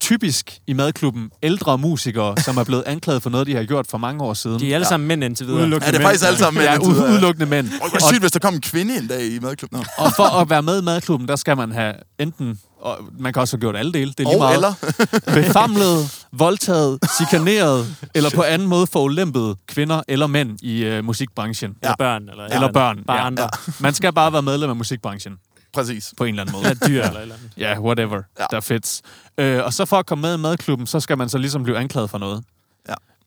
typisk i madklubben ældre musikere, som er blevet anklaget for noget, de har gjort for mange år siden.
De er alle sammen mænd indtil videre.
Udelukkende
Er det
mænd,
faktisk Altså, alle sammen
ja,
mænd?
u- udelukkende mænd.
Og hvor sygt, hvis der kom en kvinde en dag i madklubben. Nå.
Og for at være med i madklubben, der skal man have enten, og man kan også have gjort alle dele, det er lige
Og
meget,
eller?
befamlet, voldtaget, chikaneret, eller på anden måde forulæmpet kvinder eller mænd i øh, musikbranchen.
Eller børn. Eller,
Eller børn,
Bare
ja.
andre.
Man skal bare være medlem af musikbranchen,
Præcis.
på en eller anden måde.
Eller dyr. Eller, et eller andet.
Ja, whatever.
Ja.
Ja. Der fits. Øh, og så for at komme med i madklubben, så skal man så ligesom blive anklaget for noget.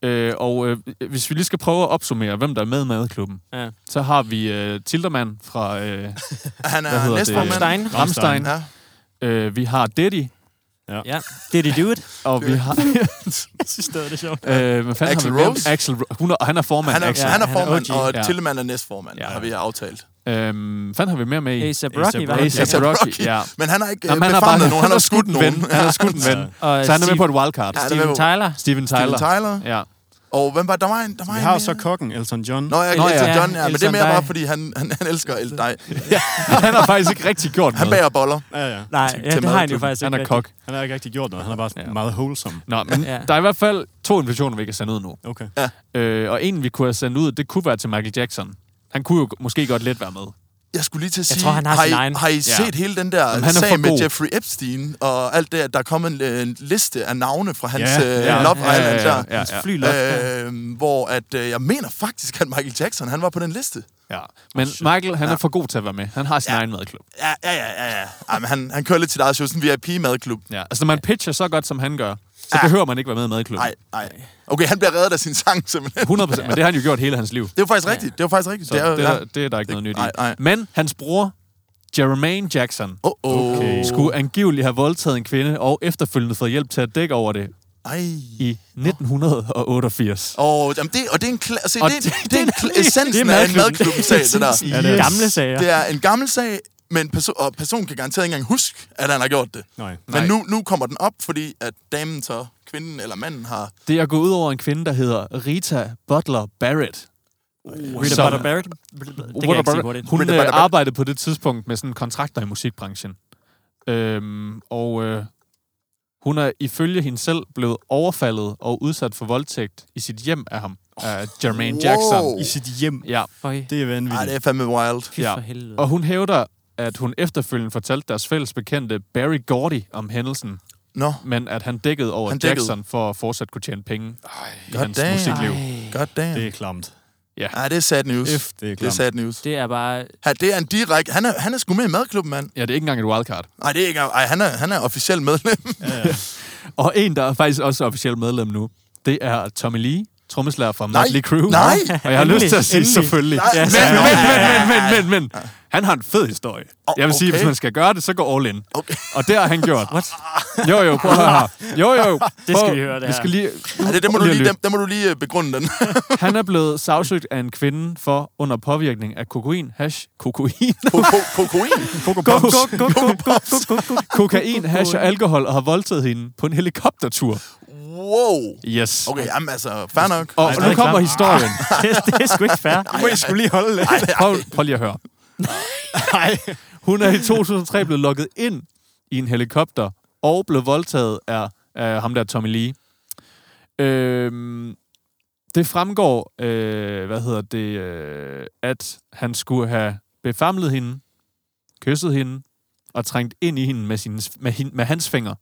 Ja.
Øh, og øh, hvis vi lige skal prøve at opsummere, hvem der er med i madklubben,
Ja.
så har vi øh, Tildermand fra øh,
Han
Hvad
er
hedder
næstformand.
Stein.
Rammstein.
Ja.
Øh, vi har Diddy,
Ja. Det er det, du
og vi har...
Jeg synes, det var det sjovt.
Øh, hvad fanden
Axl
har vi glemt?
Rose?
Axel Rose. Hun er, han er formand,
Han er,
Axel.
han er
han er
formand,
OG.
og
Ja.
Tillermand er næstformand,
Ja.
har vi aftalt.
Øhm, fanden har vi mere med i?
A$AP Rocky, var det?
A$AP
A$AP
A$AP
Rocky,
Rocky.
ja.
Men han har ikke øh,
Jamen, han har
befamlet
bare-
nogen, han har skudt
en
nogen.
ven. Han har skudt en ven.
Og
Så han er med på
Steve,
et wildcard.
Ja, det er
Steven
med på.
Tyler.
Steven
Steven
Tyler.
Tyler.
Ja.
Og hvem var der? var en, der var
Vi
en
har jo
mere.
så kokken, Elton John.
Nå, jeg
Nå,
Nå,
ja.
ja. John, ja, men det er
Elton
mere
dig.
bare, fordi han, han, han elsker el dig.
Han har faktisk ikke rigtig gjort
Han
noget.
bager boller.
Ja, ja.
Nej,
til
ja, det har han jo
madklubben.
faktisk
Han
Altså, ikke.
er kok.
Han har ikke rigtig gjort noget. Han er bare
Ja.
ja. meget wholesome.
Nå, men
Ja.
ja. der er i hvert fald to invitationer, vi kan sende ud nu.
Okay.
Øh, og en, vi kunne have sendt ud, det kunne være til Michael Jackson. Han kunne jo måske godt let være med.
Jeg skulle lige til at sige,
tror, han har
har,
sin
I,
egen.
har I
Ja.
set hele den der
Jamen, han er for
sag med
god.
Jeffrey Epstein og alt det, at der er kommet en, øh, en liste af navne fra hans
Ja,
ja,
ja,
ja, Love
ja, ja,
Island der?
Øh, ja,
Hans
ja.
fly lukker.
Øh, hvor at, øh, jeg mener faktisk, at Michael Jackson, han var på den liste.
Ja. Men Michael, han er for god til at være med. Han har sin ja. egen madklub.
Ja, ja, ja, ja. ja. Jamen, han, han kører lidt til dig, så sådan en VIP-madklub.
Ja. Altså, når man pitcher så godt, som han gør, så ja. behøver man ikke være med i madklubben.
Nej, nej. Okay, han bliver reddet af sin sang, simpelthen.
100%, men det har han jo gjort hele hans liv.
Det er jo faktisk rigtigt. Det er jo faktisk rigtigt.
Så det, er,
jo-
det,
ja.
er, det er der ikke noget nyt i.
nej, nej.
Men hans bror, Jermaine Jackson,
Åh, åh.
Okay.
Oh.
skulle angiveligt have voldtaget en kvinde og efterfølgende fået hjælp til at dække over det
Ej.
i 1988.
Åh, jamen det, og det er en, kla- se, det,
Og
det,
det-
det, det er en kla- essensen
det er
af en
madklubben.
madklubben sag, det der.
Ja, det er-
Gamle sager.
Det er en gammel sag, men perso- og personen kan garanteret ikke engang huske, at han har gjort det.
Nej.
Men nu, nu kommer den op, fordi at damen så, kvinden eller manden har...
Det er gået ud over en kvinde, der hedder Rita Butler Barrett.
Rita
Som-
Butter Barrett. Det kan jeg ikke sige hurtigt.
Hun
Rita
øh,
Butler-
arbejdede på det tidspunkt med sådan kontrakter i musikbranchen. Øhm, og øh, hun er ifølge hende selv blevet overfaldet og udsat for voldtægt i sit hjem af ham, af Jermaine
Wow.
Jackson.
I sit hjem.
Ja,
Føj,
Det er
Ej,
vanvittigt.
det er fandme wild.
fy
ja.
for helvede.
og hun hævder, at hun efterfølgende fortalte deres fælles bekendte Barry Gordy om hændelsen,
Nå,
men at han dækkede over
Han
han
dækkede.
Jackson for at fortsat kunne tjene penge i hans
damn.
musikliv.
Ej,
god damn.
Det
Det.
er klamt.
Ej, det er sad news.
F, det er
Det er
klamt.
sad news.
det er bare...
Ja, det er en direkte... Han er, han er sgu med i madklubben, mand.
Ja, det er ikke engang et wildcard.
Nej, det er ikke... Ej, han er, han er officiel medlem.
Og en, der er faktisk også officielt medlem nu, det er Tommy Lee, trommeslager fra
Nej,
Motley Crue.
nej.
Og jeg har lyst til at sige,
Endelig.
selvfølgelig.
Nej,
Men,
altså,
men,
nej.
men, men, men, men, men. Han har en fed historie.
Åh,
Jeg vil sige,
okay.
hvis man skal gøre det, så går all in.
Okay.
Og det har han gjort.
What?
Jo, jo, prøv at høre her. Jo, jo.
Det skal vi høre, det
Vi
her.
skal lige...
Ja, det, det, må du
Prøv at
lige,
lytte.
dem, dem må du lige øh, begrunde den.
Han er blevet sagsøgt af en kvinde for under påvirkning af kokain, hash, kokain,
Ko- ko- Kokain.
kokain, hash og alkohol, og har voldtaget hende på en helikoptertur.
Wow.
Yes.
Okay, jamen altså, fair nok.
Og
Ej, det er
nu kommer
klart.
historien.
det, det er sgu ikke fair.
Må I skulle lige holde lidt.
Prøv, prøv lige at høre.
Nej.
Hun er i 2003 blevet lukket ind i en helikopter og blev voldtaget af, af ham der Tommy Lee. Øhm, det fremgår, øh, hvad hedder det, øh, at han skulle have befamlet hende, kysset hende og trængt ind i hende med, sine, med, hende, med hans fingre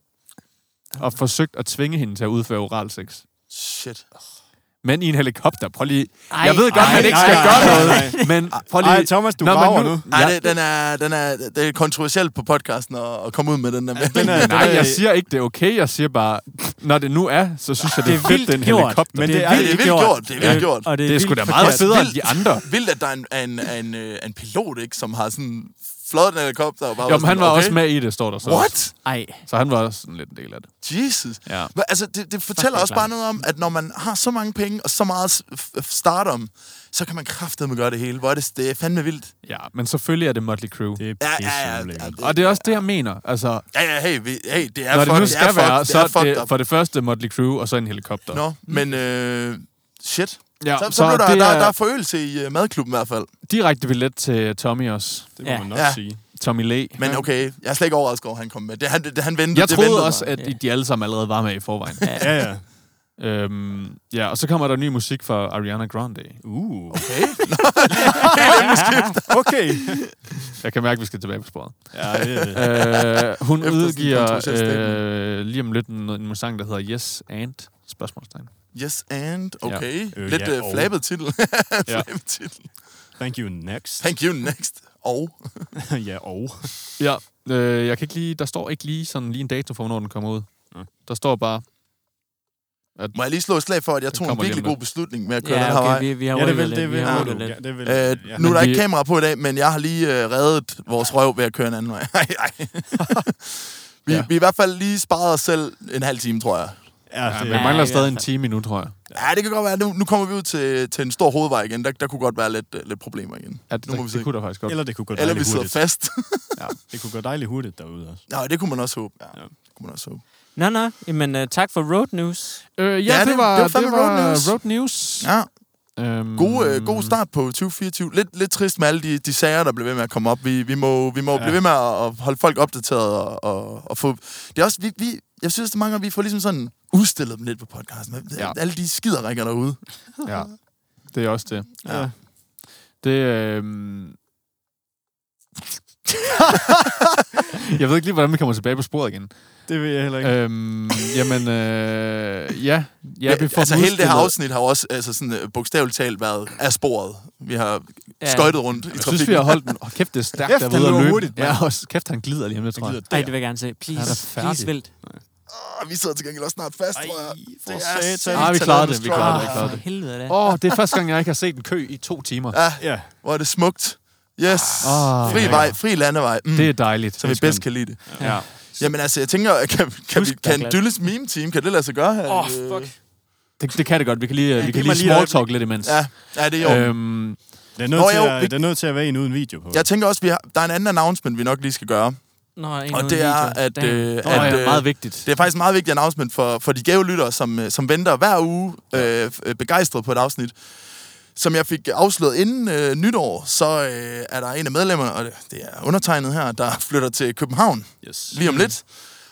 og forsøgt at tvinge hende til at udføre oral sex.
Shit.
Men i en helikopter. Prøv lige...
Ej,
jeg ved godt,
ej,
man ikke skal
ej,
gøre
ej,
noget,
ej.
men prøv lige...
Ej, Thomas, du
Nå, men
brager
nu-
nu.
Ej,
Ja.
det, den er, den er, det er kontroversielt på podcasten at, at komme ud med den der.
den er-
Nej,
Eller-
jeg siger ikke, det er okay. Jeg siger bare, når det nu er, så synes jeg, det er,
Det er
fedt,
vildt
den
gjort,
helikopter.
men det er-
Ej, det er vildt gjort. Det er vildt gjort.
Og
det er sgu da
vildt
meget
forkert.
federe end
Vildt.
de andre.
Vildt, at der er en, en, en, øh, en pilot, ikke, som har sådan fløjet en helikopter. Og bare
Jo, men han
sådan,
var
okay.
også med i det, står der så.
What?
Ej,
Så han var også sådan lidt en del af det.
Jesus.
Ja.
Men, altså, det, det fortæller
det er
også bare
klart.
noget om, at når man har så mange penge og så meget s- f- f- stardom, så kan man kraftedeme gøre det hele. Hvor er det, det er fandme vildt.
Ja, men selvfølgelig er det Motley Crue.
Det er
Ja,
pisse
ja, ja.
ulækkert.
Og det er også det, jeg mener. Altså,
Ja, ja, hey, vi, hey det er
når
fuck,
det nu
det er
skal
fuck,
være,
det
så
er
er
fucked
det
up.
for det første Motley Crue, og så en helikopter.
Nå, men øh, shit.
Ja,
Så, så, så blev der,
det
der,
er
der er forøgelse i uh, madklubben i hvert fald.
direkte billet til Tommy også.
Det må
Ja.
man nok
Ja.
sige.
Tommy Lee.
Men okay, jeg er slet ikke overrasket over, at han kom med. Det, han, det, han ventede,
jeg
det
troede
ventede
også,
mig.
at
Ja.
de alle sammen allerede var med i forvejen.
Ja, ja.
øhm, ja, og så kommer der ny musik fra Ariana Grande.
Uh.
Okay.
Okay.
Jeg kan mærke, at vi skal tilbage på sporet.
ja, det er det.
øh, hun
Efter sådan en
udgiver
kontroversiel
øh, lige om lidt en, en sang, der hedder Yes and spørgsmålstegn.
Yes and, okay.
Øh,
Lidt
ja,
øh,
og.
flabet titel. flabet titel.
Thank you next.
Thank you, next. Og
ja, og.
Ja, øh, jeg kan ikke lige, der står ikke lige sådan lige en dato for, hvornår den kommer ud.
Nå.
Der står bare,
må jeg lige slå et slag for, at jeg
Den
tog en
kommer lige
virkelig
om
god beslutning med at køre den
ja,
her
okay,
vej.
vi, vi har
Ja, det
rykket
vil,
lidt.
det
vi
vil.
har
Ja,
rykket lidt.
det vil. ja.
Øh, nu er
Men
der
vi-
ikke kamera på i dag, men jeg har lige øh, reddet vores røv ved at køre en anden vej. Ej, ej. vi,
Ja.
ja. vi er i hvert fald lige sparet os selv en halv time, tror jeg.
Ja, altså,
ja,
det,
men mangler
i
stadig
hvert
en
fald.
time endnu, tror jeg.
Ja, det kan godt være. Nu, nu kommer vi ud til, til en stor hovedvej igen. Der, der kunne godt være lidt, øh, lidt problemer igen.
At,
Nu må vi
det,
se.
det kunne der faktisk godt.
Eller det kunne gå
Eller vi
dejligt
sidder
hurtigt.
fast.
Det kunne gå dejligt hurtigt derude også.
Nej, det kunne man også håbe. Ja,
Ja.
det kunne man også håbe.
Nå, nå. Jamen, uh, tak for Road News.
Øh,
Ja,
ja,
det-
det var, det
det var
var,
fandme road news.
road news.
Ja,
Øhm,
god, øh, god start på 2024. Lidt, lidt trist med alle de, de sager, der bliver ved med at komme op. Vi, vi må, vi må ja.
Ja.
blive ved med at, at holde folk opdateret og, og, og få... Det er også, vi, vi, jeg synes, at mange gange, vi får ligesom sådan udstillet dem lidt på podcasten.
Ja.
Ja. Alle de skiderikker derude.
Ja, det er også det.
Ja.
Det, øh... jeg ved ikke lige, hvordan vi kommer tilbage på sporet igen.
Det vil jeg heller ikke.
Øhm, jamen, øh, ja. ja vi får
altså
dem
hele det her
udstillet.
afsnit har jo også altså sådan, øh, bogstaveligt talt været af sporet. Vi har ja. skøjtet rundt i
Jeg
trafikken.
synes, vi har holdt den. Oh, kæft, det er stærkt
Kæft, han
derude at
løber
løbe.
hurtigt, mand.
ja, og s- kæft, han glider lige om lidt, tror jeg.
gider
Ej, det vil jeg gerne se. Please,
færdig.
please, vildt.
Åh, vi sidder til gengæld også snart fast,
Ej,
tror jeg.
for
Det
satan.
er
Ah,
vi
satans
klarede det, vi
strong.
klarede det, vi
Åh,
klarede
for helvede da.
Åh, oh, det er første gang, jeg ikke har set en kø i to timer.
Ja,
Ja.
hvor er det smukt. Yes.
Ah.
fri vej, fri landevej. Mm.
Det er dejligt.
så vi
Det er
bedst
skønt.
kan lide det.
Ja.
Jamen altså, jeg tænker, kan, kan, vi,
Husk, der er
kan
glat.
Dylles meme-team, kan det lade sig gøre her?
Åh,
Øh,
fuck.
Det, det kan det godt. Vi kan lige, vi kan
mig
lige
lige et
small talk lidt imens.
Ja, ja, det er jo. Øhm.
Øhm,
Det er nødt,
Nå,
til,
jo,
at,
vi-
det er nødt til at være en uden video på.
Jeg tænker også, vi har, der er en anden announcement, vi nok lige skal gøre.
Nå, en
Og
uden
det er,
video.
at,
Damn.
øh,
Nå, ja,
at øh,
meget vigtigt.
det er faktisk en meget vigtig announcement for, for de gave lyttere, som, øh, som venter hver uge øh, f- øh, begejstret på et afsnit. Som jeg fik afsløret inden øh, nytår, så øh, er der en af medlemmerne, og det det er undertegnet her, der flytter til København
Yes.
lige om lidt.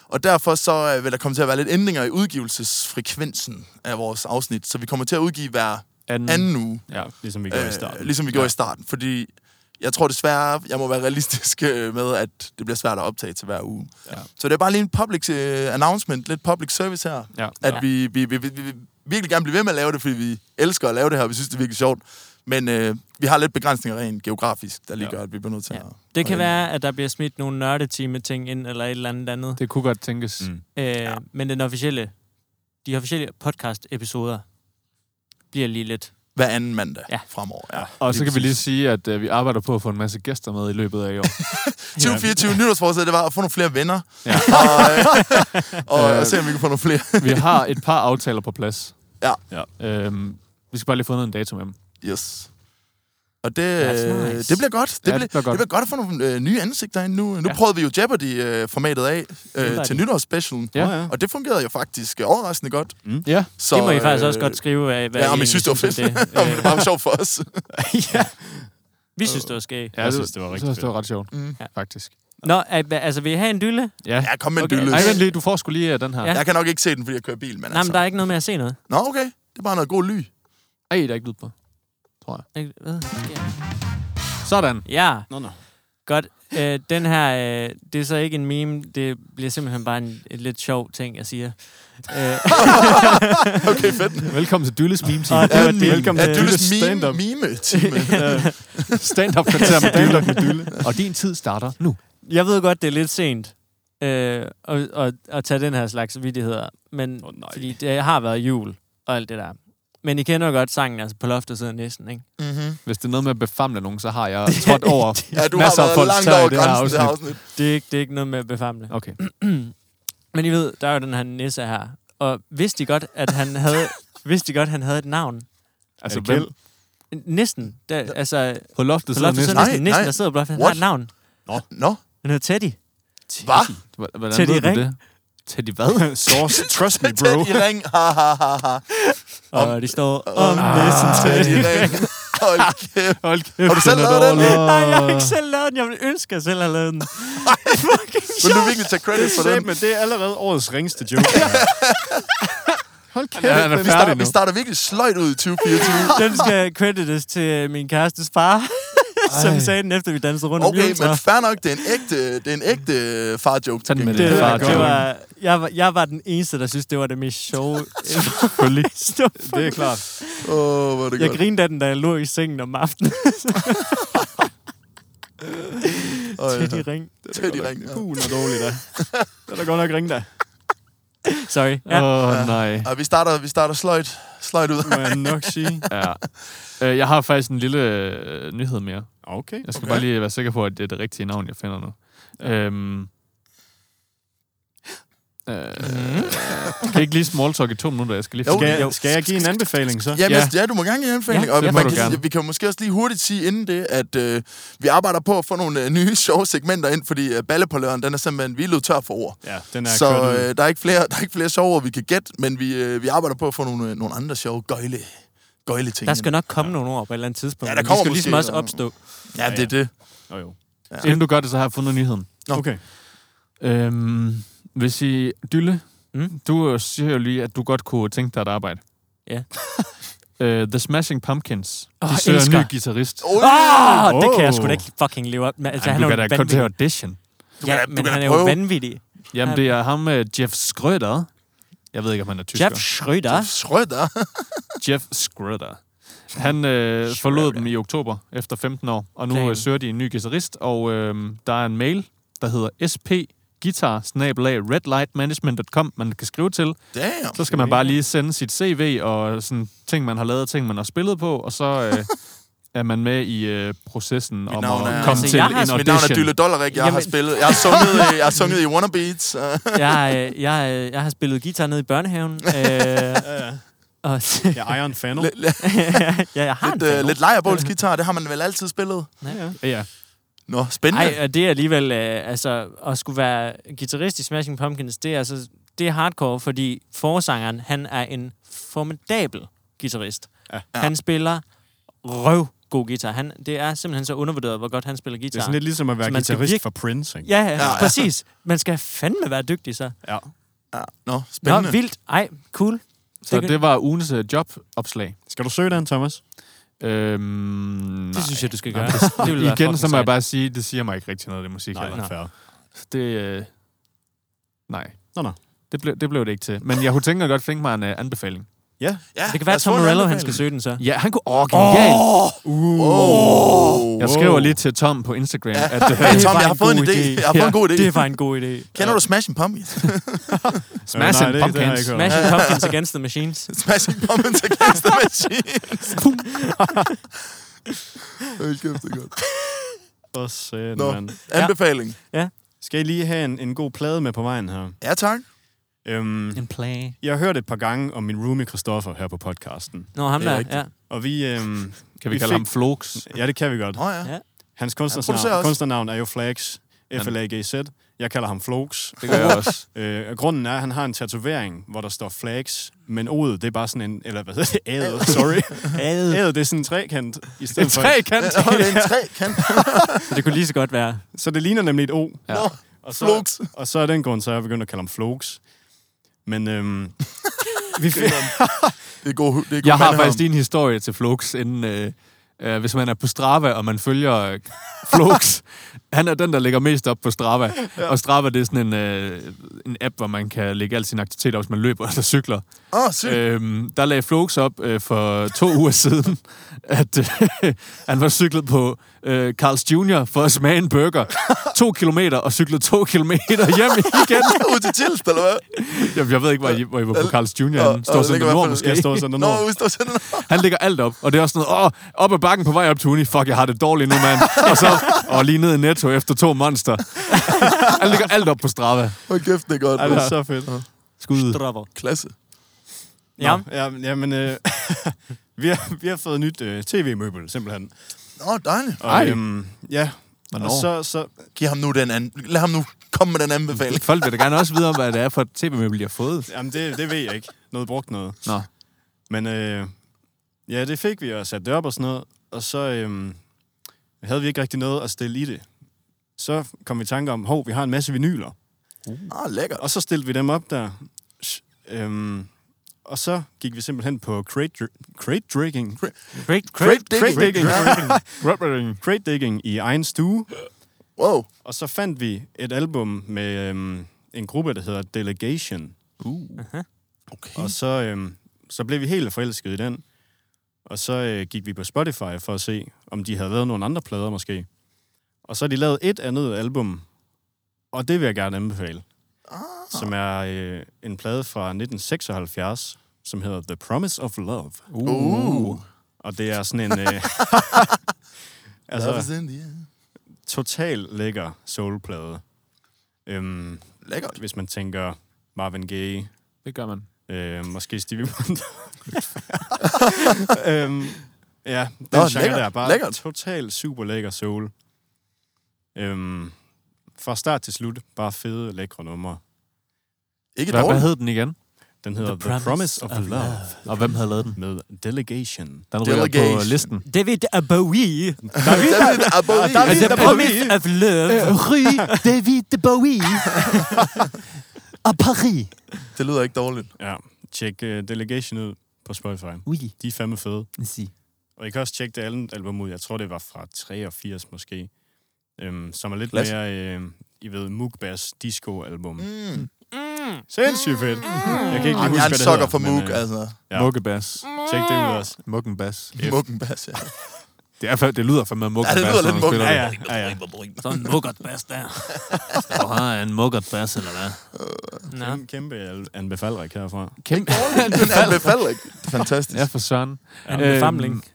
Og derfor så øh, vil der komme til at være lidt ændringer i udgivelsesfrekvensen af vores afsnit, så vi kommer til at udgive hver
Anden.
anden uge.
Ja, ligesom vi gjorde i starten.
øh, ligesom vi gjorde ja. i starten. Fordi jeg tror desværre, jeg må være realistisk øh, med, at det bliver svært at optage til hver uge.
Ja.
Så det er bare lige en public øh, announcement, lidt public service her.
Ja.
At
Ja.
vi, vi, vi, vi, vi vil virkelig gerne blive ved med at lave det, fordi vi elsker at lave det her, og vi synes, det er virkelig sjovt. Men øh, vi har lidt begrænsninger rent geografisk, der lige
Ja.
gør, at vi bliver nødt til
Ja.
at...
Det kan
Okay.
være, at der bliver smidt nogle nørdetime-ting ind, eller et eller andet andet.
Det kunne godt tænkes.
Mm.
Øh, Men den officielle, de officielle podcast-episoder, bliver lige lidt...
hver anden mandag
Ja.
ja. fremover. Ja.
Og så
Lige
kan vi lige
præcis.
sige, at øh, vi arbejder på at få en masse gæster med i løbet af i år.
2024 nytårsforsæt, det var at få nogle flere venner.
Ja.
Ja. Og, øh, og,
Øh.
og se, om vi kan få nogle flere.
vi har et par aftaler på plads.
Ja.
ja. Øhm, vi skal bare lige få noget en dato med dem.
Yes. Og det,
That's nice.
nice. det bliver godt. Det,
Ja,
bliver,
det bliver godt.
det bliver godt at få nogle øh, nye ansigter ind nu. Nu
Ja.
ja. prøvede vi jo Jeopardy-formatet af
var
øh, til
det.
nytårsspecialen.
Ja.
Nå ja.
Og det fungerede jo faktisk øh, overraskende godt.
Ja,
Så,
Så, det må I faktisk
øh,
også godt skrive, hvad, hvad
ja, om I
egentlig
synes, det var
om
fedt.
det.
Om det bare var sjovt for os.
ja.
Vi synes, det var skægt.
ja
Jeg synes, det var rigtig
jeg synes, det var ret sjovt,
Mm.
ja. faktisk.
Nå, al- hva- altså vil I have en dylle?
Ja.
Ja, kom med
Okay.
okay.
Ej, vent
dylløs.
lige, du får skulle lige øh, den her.
Ja.
Ja.
Jeg kan nok ikke se den, fordi jeg kører bil, men
Nej,
altså.
men der er ikke noget med at se noget.
Nå, okay. Det er bare noget god ly.
Ej, der er ikke lyd på.
Ikke- Hvad?
Sådan.
Ja,
Nå, nå.
godt. Øh, den her, øh, det er så ikke en meme, det bliver simpelthen bare en, en lidt sjov ting, jeg siger. Øh,
Okay, fedt.
Velkommen til Dylles Meme Team.
Og det var det.
Velkommen
Ja,
til
Dylles
Dylles
mime,
stand-up.
mime-time.
Stand-up kvarter med Dylle. med Dylle. Og din tid starter nu.
jeg ved godt, det er lidt sent øh, at, at, at tage den her slags vidtigheder, men
Åh, nej.
fordi det har været jul og alt det der. Men I kender jo godt sangen, altså på loftet sidder næsten, ikke?
Mhm.
Hvis det er noget med at befamle nogen, så har jeg trådt over
Ja, du har
masser af
været
folks
langt
tæer i
over
det her
grænsen, det her
afsnit.
afsnit.
Det er ikke, det er ikke noget med at befamle.
Okay.
Men I ved, der er jo den her nisse her. Og vidste I godt, at han havde, vidste I godt, at han havde et navn?
Altså,
Er det
hvem?
Kjeld?
Nissen. Der, altså,
På loftet
på
sidder
loftet sidder
næsten.
Nej,
Nissen, Nissen
nej.
der sidder på loftet. Han
What?
har et navn.
Nå,
Han hedder Teddy.
hvad?
Hva- Hvordan
Teddy
ved du
Ring.
det? Teddy hvad?
Source, trust me, bro.
Tæt i ring. Ha, ha, ha, ha.
Og de står Ah. om Nissen
Tæt i
Teddy.
ring. Hold kæft.
Hold kæft,
Har du selv
den er
lavet den?
dårlig.
Nej, jeg har ikke selv lavet den. Jeg ville ønske, at jeg selv havde lavet den. Fucking
Vil du
sjovt.
virkelig tage credit for den?
men det er allerede årets ringste joke. Hold kæft.
Ja, han er
Vi
færdig
starter,
nu.
vi starter virkelig sløjt ud i 2024.
Den skal credites til øh, min kærestes far, som sagde den, efter vi dansede rundt om
Okay,
juletræet.
men fair nok, det er en ægte, det er en ægte øh, far joke.
Tag den med
Det,
Det
det,
er
var,
fart,
det
jo.
var, jeg, var, jeg var den eneste, der synes, det var det mest sjove.
Selvfølgelig.
Det er klart.
Åh, oh, hvor er det
jeg
godt.
grinede af den, da jeg lå i sengen om aftenen
Åh, ja.
til de ring.
Tæt i ring. ja.
Puh, og dårligt da. Det er da godt nok ringe da.
Sorry.
Åh,
Ja.
oh, nej.
Ej, vi starter, vi starter sløjt, sløjt ud.
Må jeg nok sige.
Ja. Øh, Jeg har faktisk en lille øh, nyhed mere.
Okay.
Jeg skal okay.
Okay.
bare lige være sikker på, at det er det rigtige navn, jeg finder nu. Ja. Øhm, øh,
Mm.
kan I ikke lige small talk i to minutter? Jeg skal lige
Jo,
finde-
Skal, skal jeg give en anbefaling så?
Ja,
Ja.
ja. ja, du må gerne give anbefaling.
Ja,
Ja, og
det må
man
du
kan,
gerne.
sige- vi kan måske også lige hurtigt sige inden det, at øh, vi arbejder på at få nogle øh, nye sjove segmenter ind, fordi øh, ballepåløren, den er simpelthen, vi er løbet tør for ord.
Ja, den er
Så
kørt ud.
øh, der, er ikke flere, der er ikke flere sjove ord, vi kan gætte, men vi, øh, vi arbejder på at få nogle, øh, nogle andre sjove gøjle, gøjle ting.
Der
ind.
skal nok komme nogle ord på et eller andet tidspunkt.
Ja, der
men
kommer
de skal ligesom
måske
også
noget.
opstå.
Ja, det er det.
Nå jo.
Ja. Inden du gør det, så har jeg fundet nyheden.
øh, Nå.
Okay.
Øhm, hvis I... Dylle,
Mm.
mm? du siger jo lige, at du godt kunne tænke dig at arbejde.
Ja.
uh, The Smashing Pumpkins. De
Åh,
oh, søger en
elsker.
ny guitarist.
Oh,
Åh, oh, det kan jeg
Åh.
sgu da ikke fucking leve op med. Altså,
Ej,
han
du
er
kan
jo
da kun til
vanvittig.
audition.
kan
Ja,
da- du
men
kan
han
da
er jo
prøve.
vanvittig.
Jamen, det er ham, uh, Jeff Schröder. Jeg ved ikke, om han er tysker.
Jeff Schröder.
Schrøder.
Jeff Schröder. Han øh, forlod dem i oktober efter 15 år, og nu
Damn.
øh, søger de en ny guitarist, og øh, der er en mail, der hedder sp guitar redlightmanagementcom man kan skrive til.
Damn.
Så skal man bare lige sende sit CV og sådan ting, man har lavet, ting, man har spillet på, og så øh, er man med i øh, processen om
navn
at
er-
komme
Altså,
til
jeg
en
har- Mit
audition.
Mit navn er Dylle Dollarik, jeg Jamen. har
Jamen.
spillet. Jeg har sunget, øh, jeg har sunget i Wannabeats. øh.
Jeg, øh, jeg, øh, jeg har spillet guitar nede i børnehaven. Øh, og,
Ja, Iron Fennel.
Lidt, lidt,
ja, jeg har en
lidt, øh,
fan.
lidt lejrebålsgitar, det har man vel altid spillet.
Ja.
Ja,
Nå, spændende.
Nej, og det er alligevel, øh, altså, at skulle være guitarist i Smashing Pumpkins, det er altså, det er hardcore, fordi forsangeren, han er en formidabel guitarist.
Ja.
Han spiller røv god guitar. Han, det er simpelthen så undervurderet, hvor godt han spiller
Det er
guitar.
sådan lidt ligesom at være
Så man skal
guitarist
virke-
for Prince, ikke?
Ja, ja,
ja.
præcis. Man skal fandme være dygtig, så.
Ja.
Ja. Nå,
Nå,
spændende.
vildt. Ej, cool.
så det var ugens øh, jobopslag.
Skal du søge den, Thomas?
Øhm,
Det synes jeg, du skal gøre. Det ville være
igen, så
fucking
må jeg
sejt.
bare sige, det siger mig ikke rigtig noget, det musik. heller.
Nej, fair.
Det... Øh, nej.
Nå, nå.
Det blev, det blev det ikke til. Men jeg kunne tænke mig godt tænke mig en uh, anbefaling.
Ja.
Ja,
Det kan være,
lad
at
os
Tom
få en
Morello, han
anbefaling.
skal søge den så.
Ja, han kunne... Åh, genialt!
Åh!
Wow.
Jeg skriver lige til Tom på Instagram,
Ja.
at øh,
Tom,
var
jeg har fået en
god
idé. Jeg har fået en god idé.
Det var en god idé.
Kender du Smashing Pumpkins?
smash
nej,
and
det- det har jeg
pumpkins.
ikke hørt.
Smashing Pumpkins Against the Machines.
Smashing Pumpkins Against the Machines. Hold kæft, det er godt.
For satan,
Nå.
mand.
Anbefaling.
Skal I lige have en, en god plade med på vejen her?
Ja, tak.
Øhm,
En play.
jeg har hørt et par gange om min roomie Christoffer her på podcasten.
Nå, ham
Det er
der,
rigtigt.
ja.
Og vi... Øhm,
Kan
Vi
vi kalde
fik-
ham Flox?
ja, det kan vi godt.
Nå ja.
Ja.
Hans
producerer
kunstnernavn,
også.
kunstnernavn er jo Flags. F-L-A-G-Z. Jeg kalder ham Flogs.
Det gør jeg også.
Øh, og grunden er, at han har en tatovering, hvor der står flags, men odet, det er bare sådan en... Eller hvad hedder det? Ædet, sorry. Ædet, det er sådan en trekant. I stedet
En trekant.
Nå, det er en trekant.
Så det kunne lige så godt være.
For, så det ligner nemlig et O.
Ja.
Nå,
Og så,
Flogs.
Og så er den grund, så er jeg begyndt at kalde ham Flogs. Men øhm, vi fik...
Det er god hu- det er god
Jeg har
mandehånd.
faktisk din historie til Flox, inden, øh, øh, hvis man er på Strava, og man følger øh, Flox. han er den, der lægger mest op på Strava. Ja. Og Strava, det er sådan en, øh, en app, hvor man kan lægge al sin aktivitet op, hvis man løber eller cykler.
Åh, oh, sygt.
Øhm, der lagde Flox op øh, for to uger siden, at øh, han var cyklet på øh, Carl's Jr. for at smage en burger. To kilometer, og cyklede to kilometer hjem igen.
Ud til Tilst, eller hvad?
Jeg, jeg ved ikke, hvor I, hvor I var på Carl's Jr.
Og-
Han
og
står
ligger i
sådan
hvert
nord,
fald-
måske.
Jeg står sådan
Nå,
noget.
ud står sådan
Han lægger alt op, og det er også sådan noget, åh, op ad bakken på vej op til uni, fuck, jeg har det dårligt nu, mand. og så, og lige ned i Netto efter to monster. Han lægger alt op på Strava.
Hold kæft, det er godt.
Ej, det er så fedt.
Skud.
Dropper.
Klasse.
Ja.
Nå, ja, men- ja men... Øh, vi, har, vi har fået nyt øh, tv-møbel, simpelthen.
Nå, dejligt.
Og,
Ej.
Øhm, ja, og
Hvornår?
så, så,
Giv ham nu den anden. Lad ham nu komme med den anbefaling.
Folk vil da gerne også vide om, hvad det er for et tv-møbel, de har fået.
Jamen, det, det ved jeg ikke. Noget brugt noget.
Nå.
Men øh, ja, det fik vi og satte det op og sådan noget. Og så øh, havde vi ikke rigtig noget at stille i det. Så kom vi i tanke om, hov, vi har en masse vinyler.
Ah, lækkert.
Og så stillede vi dem op der. Sh- Øhm, og så gik vi simpelthen på crate, dr- crate digging.
Great,
Great
great.
digging.
Crate digging.
Rubbering.
Crate digging i egen stue.
Wow.
Og så fandt vi et album med øhm, en gruppe, der hedder Delegation.
Okay.
Og så, øhm, så blev vi helt forelskede i den. Og så øh, gik vi på Spotify for at se, om de havde lavet nogle andre plader måske. Og så har de lavet et andet album, og det vil jeg gerne anbefale.
Ah,
Som er øh, en plade fra 1976, som hedder The Promise of Love.
Uh.
Uh.
Og det er sådan en... Øh,
love is
altså,
in the air.
total lækker soulplade. Øhm,
Lækkert.
hvis man tænker Marvin Gaye,
Det gør man.
Øh, måske Stevie Wonder. øhm, ja, den
Nå,
Nå, genre
lækkert,
der er bare
lækkert.
totalt super lækker soul. Øhm, fra start til slut, bare fede, lækre numre.
Ikke
Hvad, hvad
dårligt.
hed den igen?
Den hedder The, Promise, of, Love,
Og hvem havde lavet den?
med Delegation.
Den ryger på
Delegation.
listen.
David Bowie.
David Aboli.
David
The
Bowie.
Promise of Love.
Ry Øh, David Bowie. Og Paris.
Det lyder ikke dårligt.
Ja, tjek uh, Delegation ud på Spotify.
Oui,
De er fandme fede.
si.
Og I kan også tjekke det andet album ud. Jeg tror, det var fra 83 måske. Øhm, som er lidt
Klasse.
mere, øh, I ved, Mugbass disco-album. Mm.
Mm.
Mm.
Sindssygt fedt. Jeg kan ikke
Jamen,
lige huske,
Ah, jeg er
hvad
en
det
sokker
hedder,
for
men,
Moog,
øh,
altså.
Ja.
Muggebass.
Tjek det ud også.
Muggenbass.
F.
Muggenbass, ja.
Det er, fa- det lyder fandme af
Ja,
muggenbass.
det lyder
når
lidt
man spiller
muggen.
Ja,
det.
ja, ja, ja.
Sådan en muggert bass der.
Du har en muggenbass, eller hvad?
Nå.
Kæmpe, kæmpe al- anbefaling herfra.
Kæmpe.
Den anbefaler ikke. Fantastisk.
Ja, for søren.
Ja,
Øhm,
famling.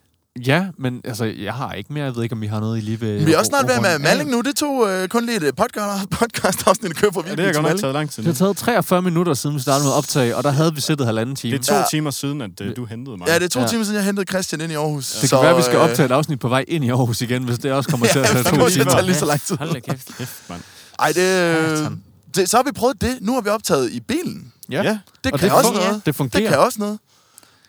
Ja, men altså, jeg har ikke mere. Jeg ved ikke, om vi har noget, I lige vil...
Vi er også snart ved
runde
med
af.
Malling nu. Det tog øh, kun lige et podcast, podcast afsnit at køre for
Ja,
virkelig
det har
til
godt nok
Malling.
taget lang tid.
Det har taget 43 minutter siden, vi startede med optag, og der havde vi siddet halvanden time.
Det er
Det,
to
Ja.
timer siden, at øh, du hentede mig.
Ja, det er to
Ja.
timer siden, jeg hentede Christian ind i Aarhus. øh,
det kan være, vi skal optage et afsnit på vej ind i Aarhus igen, hvis det også kommer til at tage
ja,
to
fandme, det
timer.
tager lige så lang tid.
Hold da kæft.
Kæft, mand.
Ej, det, øh,
Satan.
det, så har vi prøvet det. Nu har vi optaget i bilen.
Ja.
Ja.
Det
Og
kan
det
også
fun-
noget.
det
Det
fungerer.
kan også noget.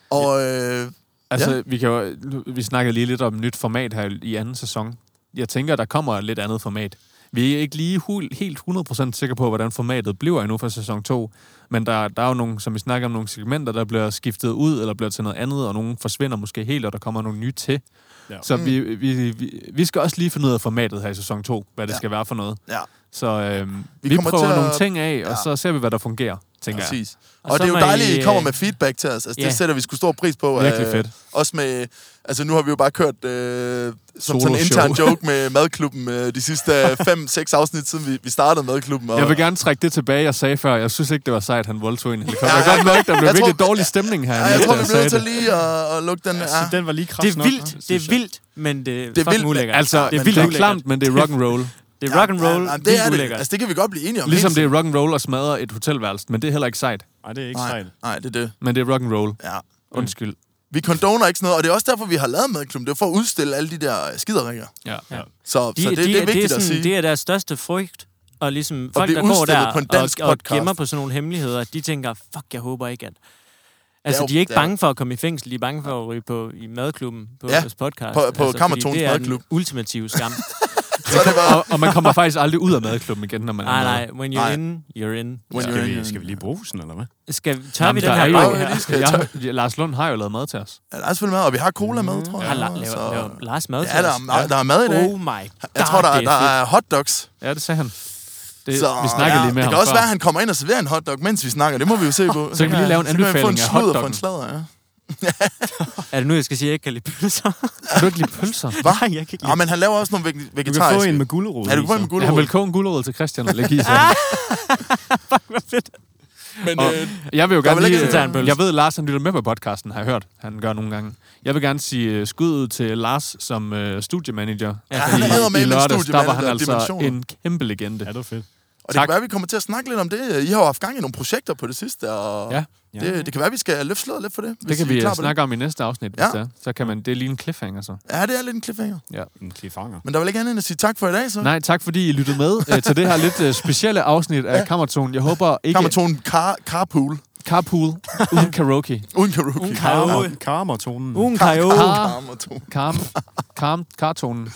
Og øh,
Altså, vi, kan jo, nu- vi snakkede lige lidt om nyt format her i anden sæson. Jeg tænker, der kommer et lidt andet format. Vi er ikke lige hul, helt 100% sikre på, hvordan formatet bliver endnu for sæson 2, men der, der er jo nogle, som vi snakker om, nogle segmenter, der bliver skiftet ud, eller bliver til noget andet, og nogle forsvinder måske helt, og der kommer nogle nye til.
Ja.
Ja. Så vi, vi, vi, vi skal også lige finde ud af formatet her i sæson 2, hvad det
Mm. Ja.
ja. skal være for noget.
ja,
Så øhm,
Vi
vi, vi
kommer til
prøver
at-
nogle ting af, ja.
Ja.
og så ser vi, hvad der fungerer. tænker jeg.
Præcis. Og, og
så
det er jo
må
dejligt, at I
øh,
kommer med feedback til os. Altså,
ja.
Det sætter vi sgu stor pris på.
Virkelig
øh,
fedt.
Også med, altså nu har vi jo bare kørt øh, som sådan en
Soloshow.
intern joke med madklubben øh, de sidste 5-6 afsnit, siden vi, vi startede madklubben. Og,
Jeg vil gerne trække det tilbage, jeg sagde før. Jeg synes ikke, det var sejt, han voldtog en helikopter.
Ja,
Jeg kan godt mærke, der blev
jeg
virkelig
tror-
dårlig stemning her.
ja, jeg tror, vi bliver nødt til lige at, at lukke den.
Ja. Så
Ja.
den var lige kraft
Det er
nok,
vildt, det
synes
er
jeg.
vildt, men det er
Det er
fucking
vildt, men-
ulækkert.
Altså, det er,
men
vildt
det er
og klamt, men det er rock and roll.
Det er rock and roll,
Ja, det
vildt
er det.
ulækkert.
Altså, det kan vi godt blive enige om.
Ligesom
helt
det er rock and roll at smadre et hotelværelse, men det er heller ikke sejt.
Nej, det er ikke
sikkert.
sejl.
Nej, nej, det er det.
Men det er rock and roll.
Ja.
Undskyld.
Vi condoner ikke sådan noget, og det er også derfor, vi har lavet madklubben. Det er for at udstille alle de der skideringer.
Ja.
Ja.
Så,
De,
så det,
de,
det er vigtigt
det er
at
sådan,
sige.
Det er deres største frygt. Og ligesom folk,
blive
der går
udstillet
der
på en dansk
og, og
podcast.
gemmer på sådan nogle hemmeligheder, de tænker, fuck, jeg håber ikke, at... Altså,
jo-
de er ikke
det er
bange for at komme i fængsel, de er bange for at ryge på i madklubben på
Ja,
ja, vores podcast.
på- på
altså, fordi
Kammertonens
det er
Madklub.
den ultimative skam.
Så er det bare...
Og, og man kommer faktisk aldrig ud af madklubben igen, når man
nej,
er
nej, when you're
Nej.
in, you're in.
When
Skal
you're
vi,
in-
skal vi lige bruge sådan, eller hvad?
Skal, tør vi den
der
her?
er
jo-
gang her?
lige skal-
Jeg, jeg, Lars Lund har jo lavet mad til os.
Ja, der er selvfølgelig mad, og vi har cola med, tror jeg.
Har Mm. La-
så-
laver, laver Lars mad
altså- Ja, der er, ma- der er mad i dag.
Oh my god,
Jeg tror, der, er-
det er
der er hotdogs.
Ja, det sagde han. Det,
Så,
Øh, vi snakkede
ja,
lige med
det
ham
kan også
før.
være, at han kommer ind og serverer en hotdog, mens vi snakker. Det må vi jo se på.
Så kan vi lige lave en
Så kan vi få en
anbefaling af
sludder for en
hotdoggen.
sladder, ja.
fedt. Er det nu, jeg skal sige, at jeg ikke kan lide pølser?
Kan du ikke lide pølser?
Hva?
Nej, jeg kan ikke
Ja,
lide
men han laver også nogle veg-
Du kan få
vegetariske.
en med gulerod.
Ja, du kan få
i,
en med
Han
så.
gulerod.
vil koge en gulerod til Christian og lægge i sig.
fedt.
Men,
Og-
øh,
Jeg vil jo
Der er
gerne
vel ikke
lige,
sådan en
øh, jeg ved, Lars han lytter med på podcasten, har jeg hørt. Han gør nogle gange. Jeg vil gerne sige øh, skud ud til Lars som øh, studiemanager.
Ja,
han er eddermame en
der var han
studiemanager af
altså
dimensioner.
en kæmpe legende.
Ja, det var fedt.
og det
tak.
kan være, vi kommer til at snakke lidt om det. I har jo haft gang i nogle projekter på det sidste, og
Ja.
Ja.
det, det kan være, vi skal løfte sløret lidt for det.
Det
hvis
kan
I er
vi
klar
øh,
på
snakke om i næste afsnit, hvis
Ja.
det er. Så kan man, det er lige en cliffhanger så.
det. Ja, det er lidt en cliffhanger.
En cliffhanger.
Men der vil ikke andet end at sige tak for i dag, så.
Nej, tak fordi I lyttede med øh, til det her lidt øh, specielle afsnit af Kammertonen. Jeg håber ikke...
Kammertonen car, carpool.
Carpool uden karaoke.
Uden karaoke.
Uden karaoke.
Karma-
Uh.
Karma-tonen.
Ugen kajol.
Kar,
Kammertonen.
karm, karm, kartonen.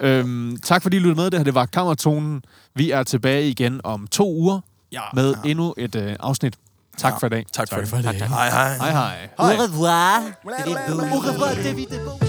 Øhm, tak fordi I lyttede med. Det her det var Kammertonen. Vi er tilbage igen om to uger
Ja.
med endnu et øh, afsnit. Tak for i dag.
Tak for
Tak
det.
for det.
Hej, hej.
Hej hej.
Au revoir.
Au revoir, David.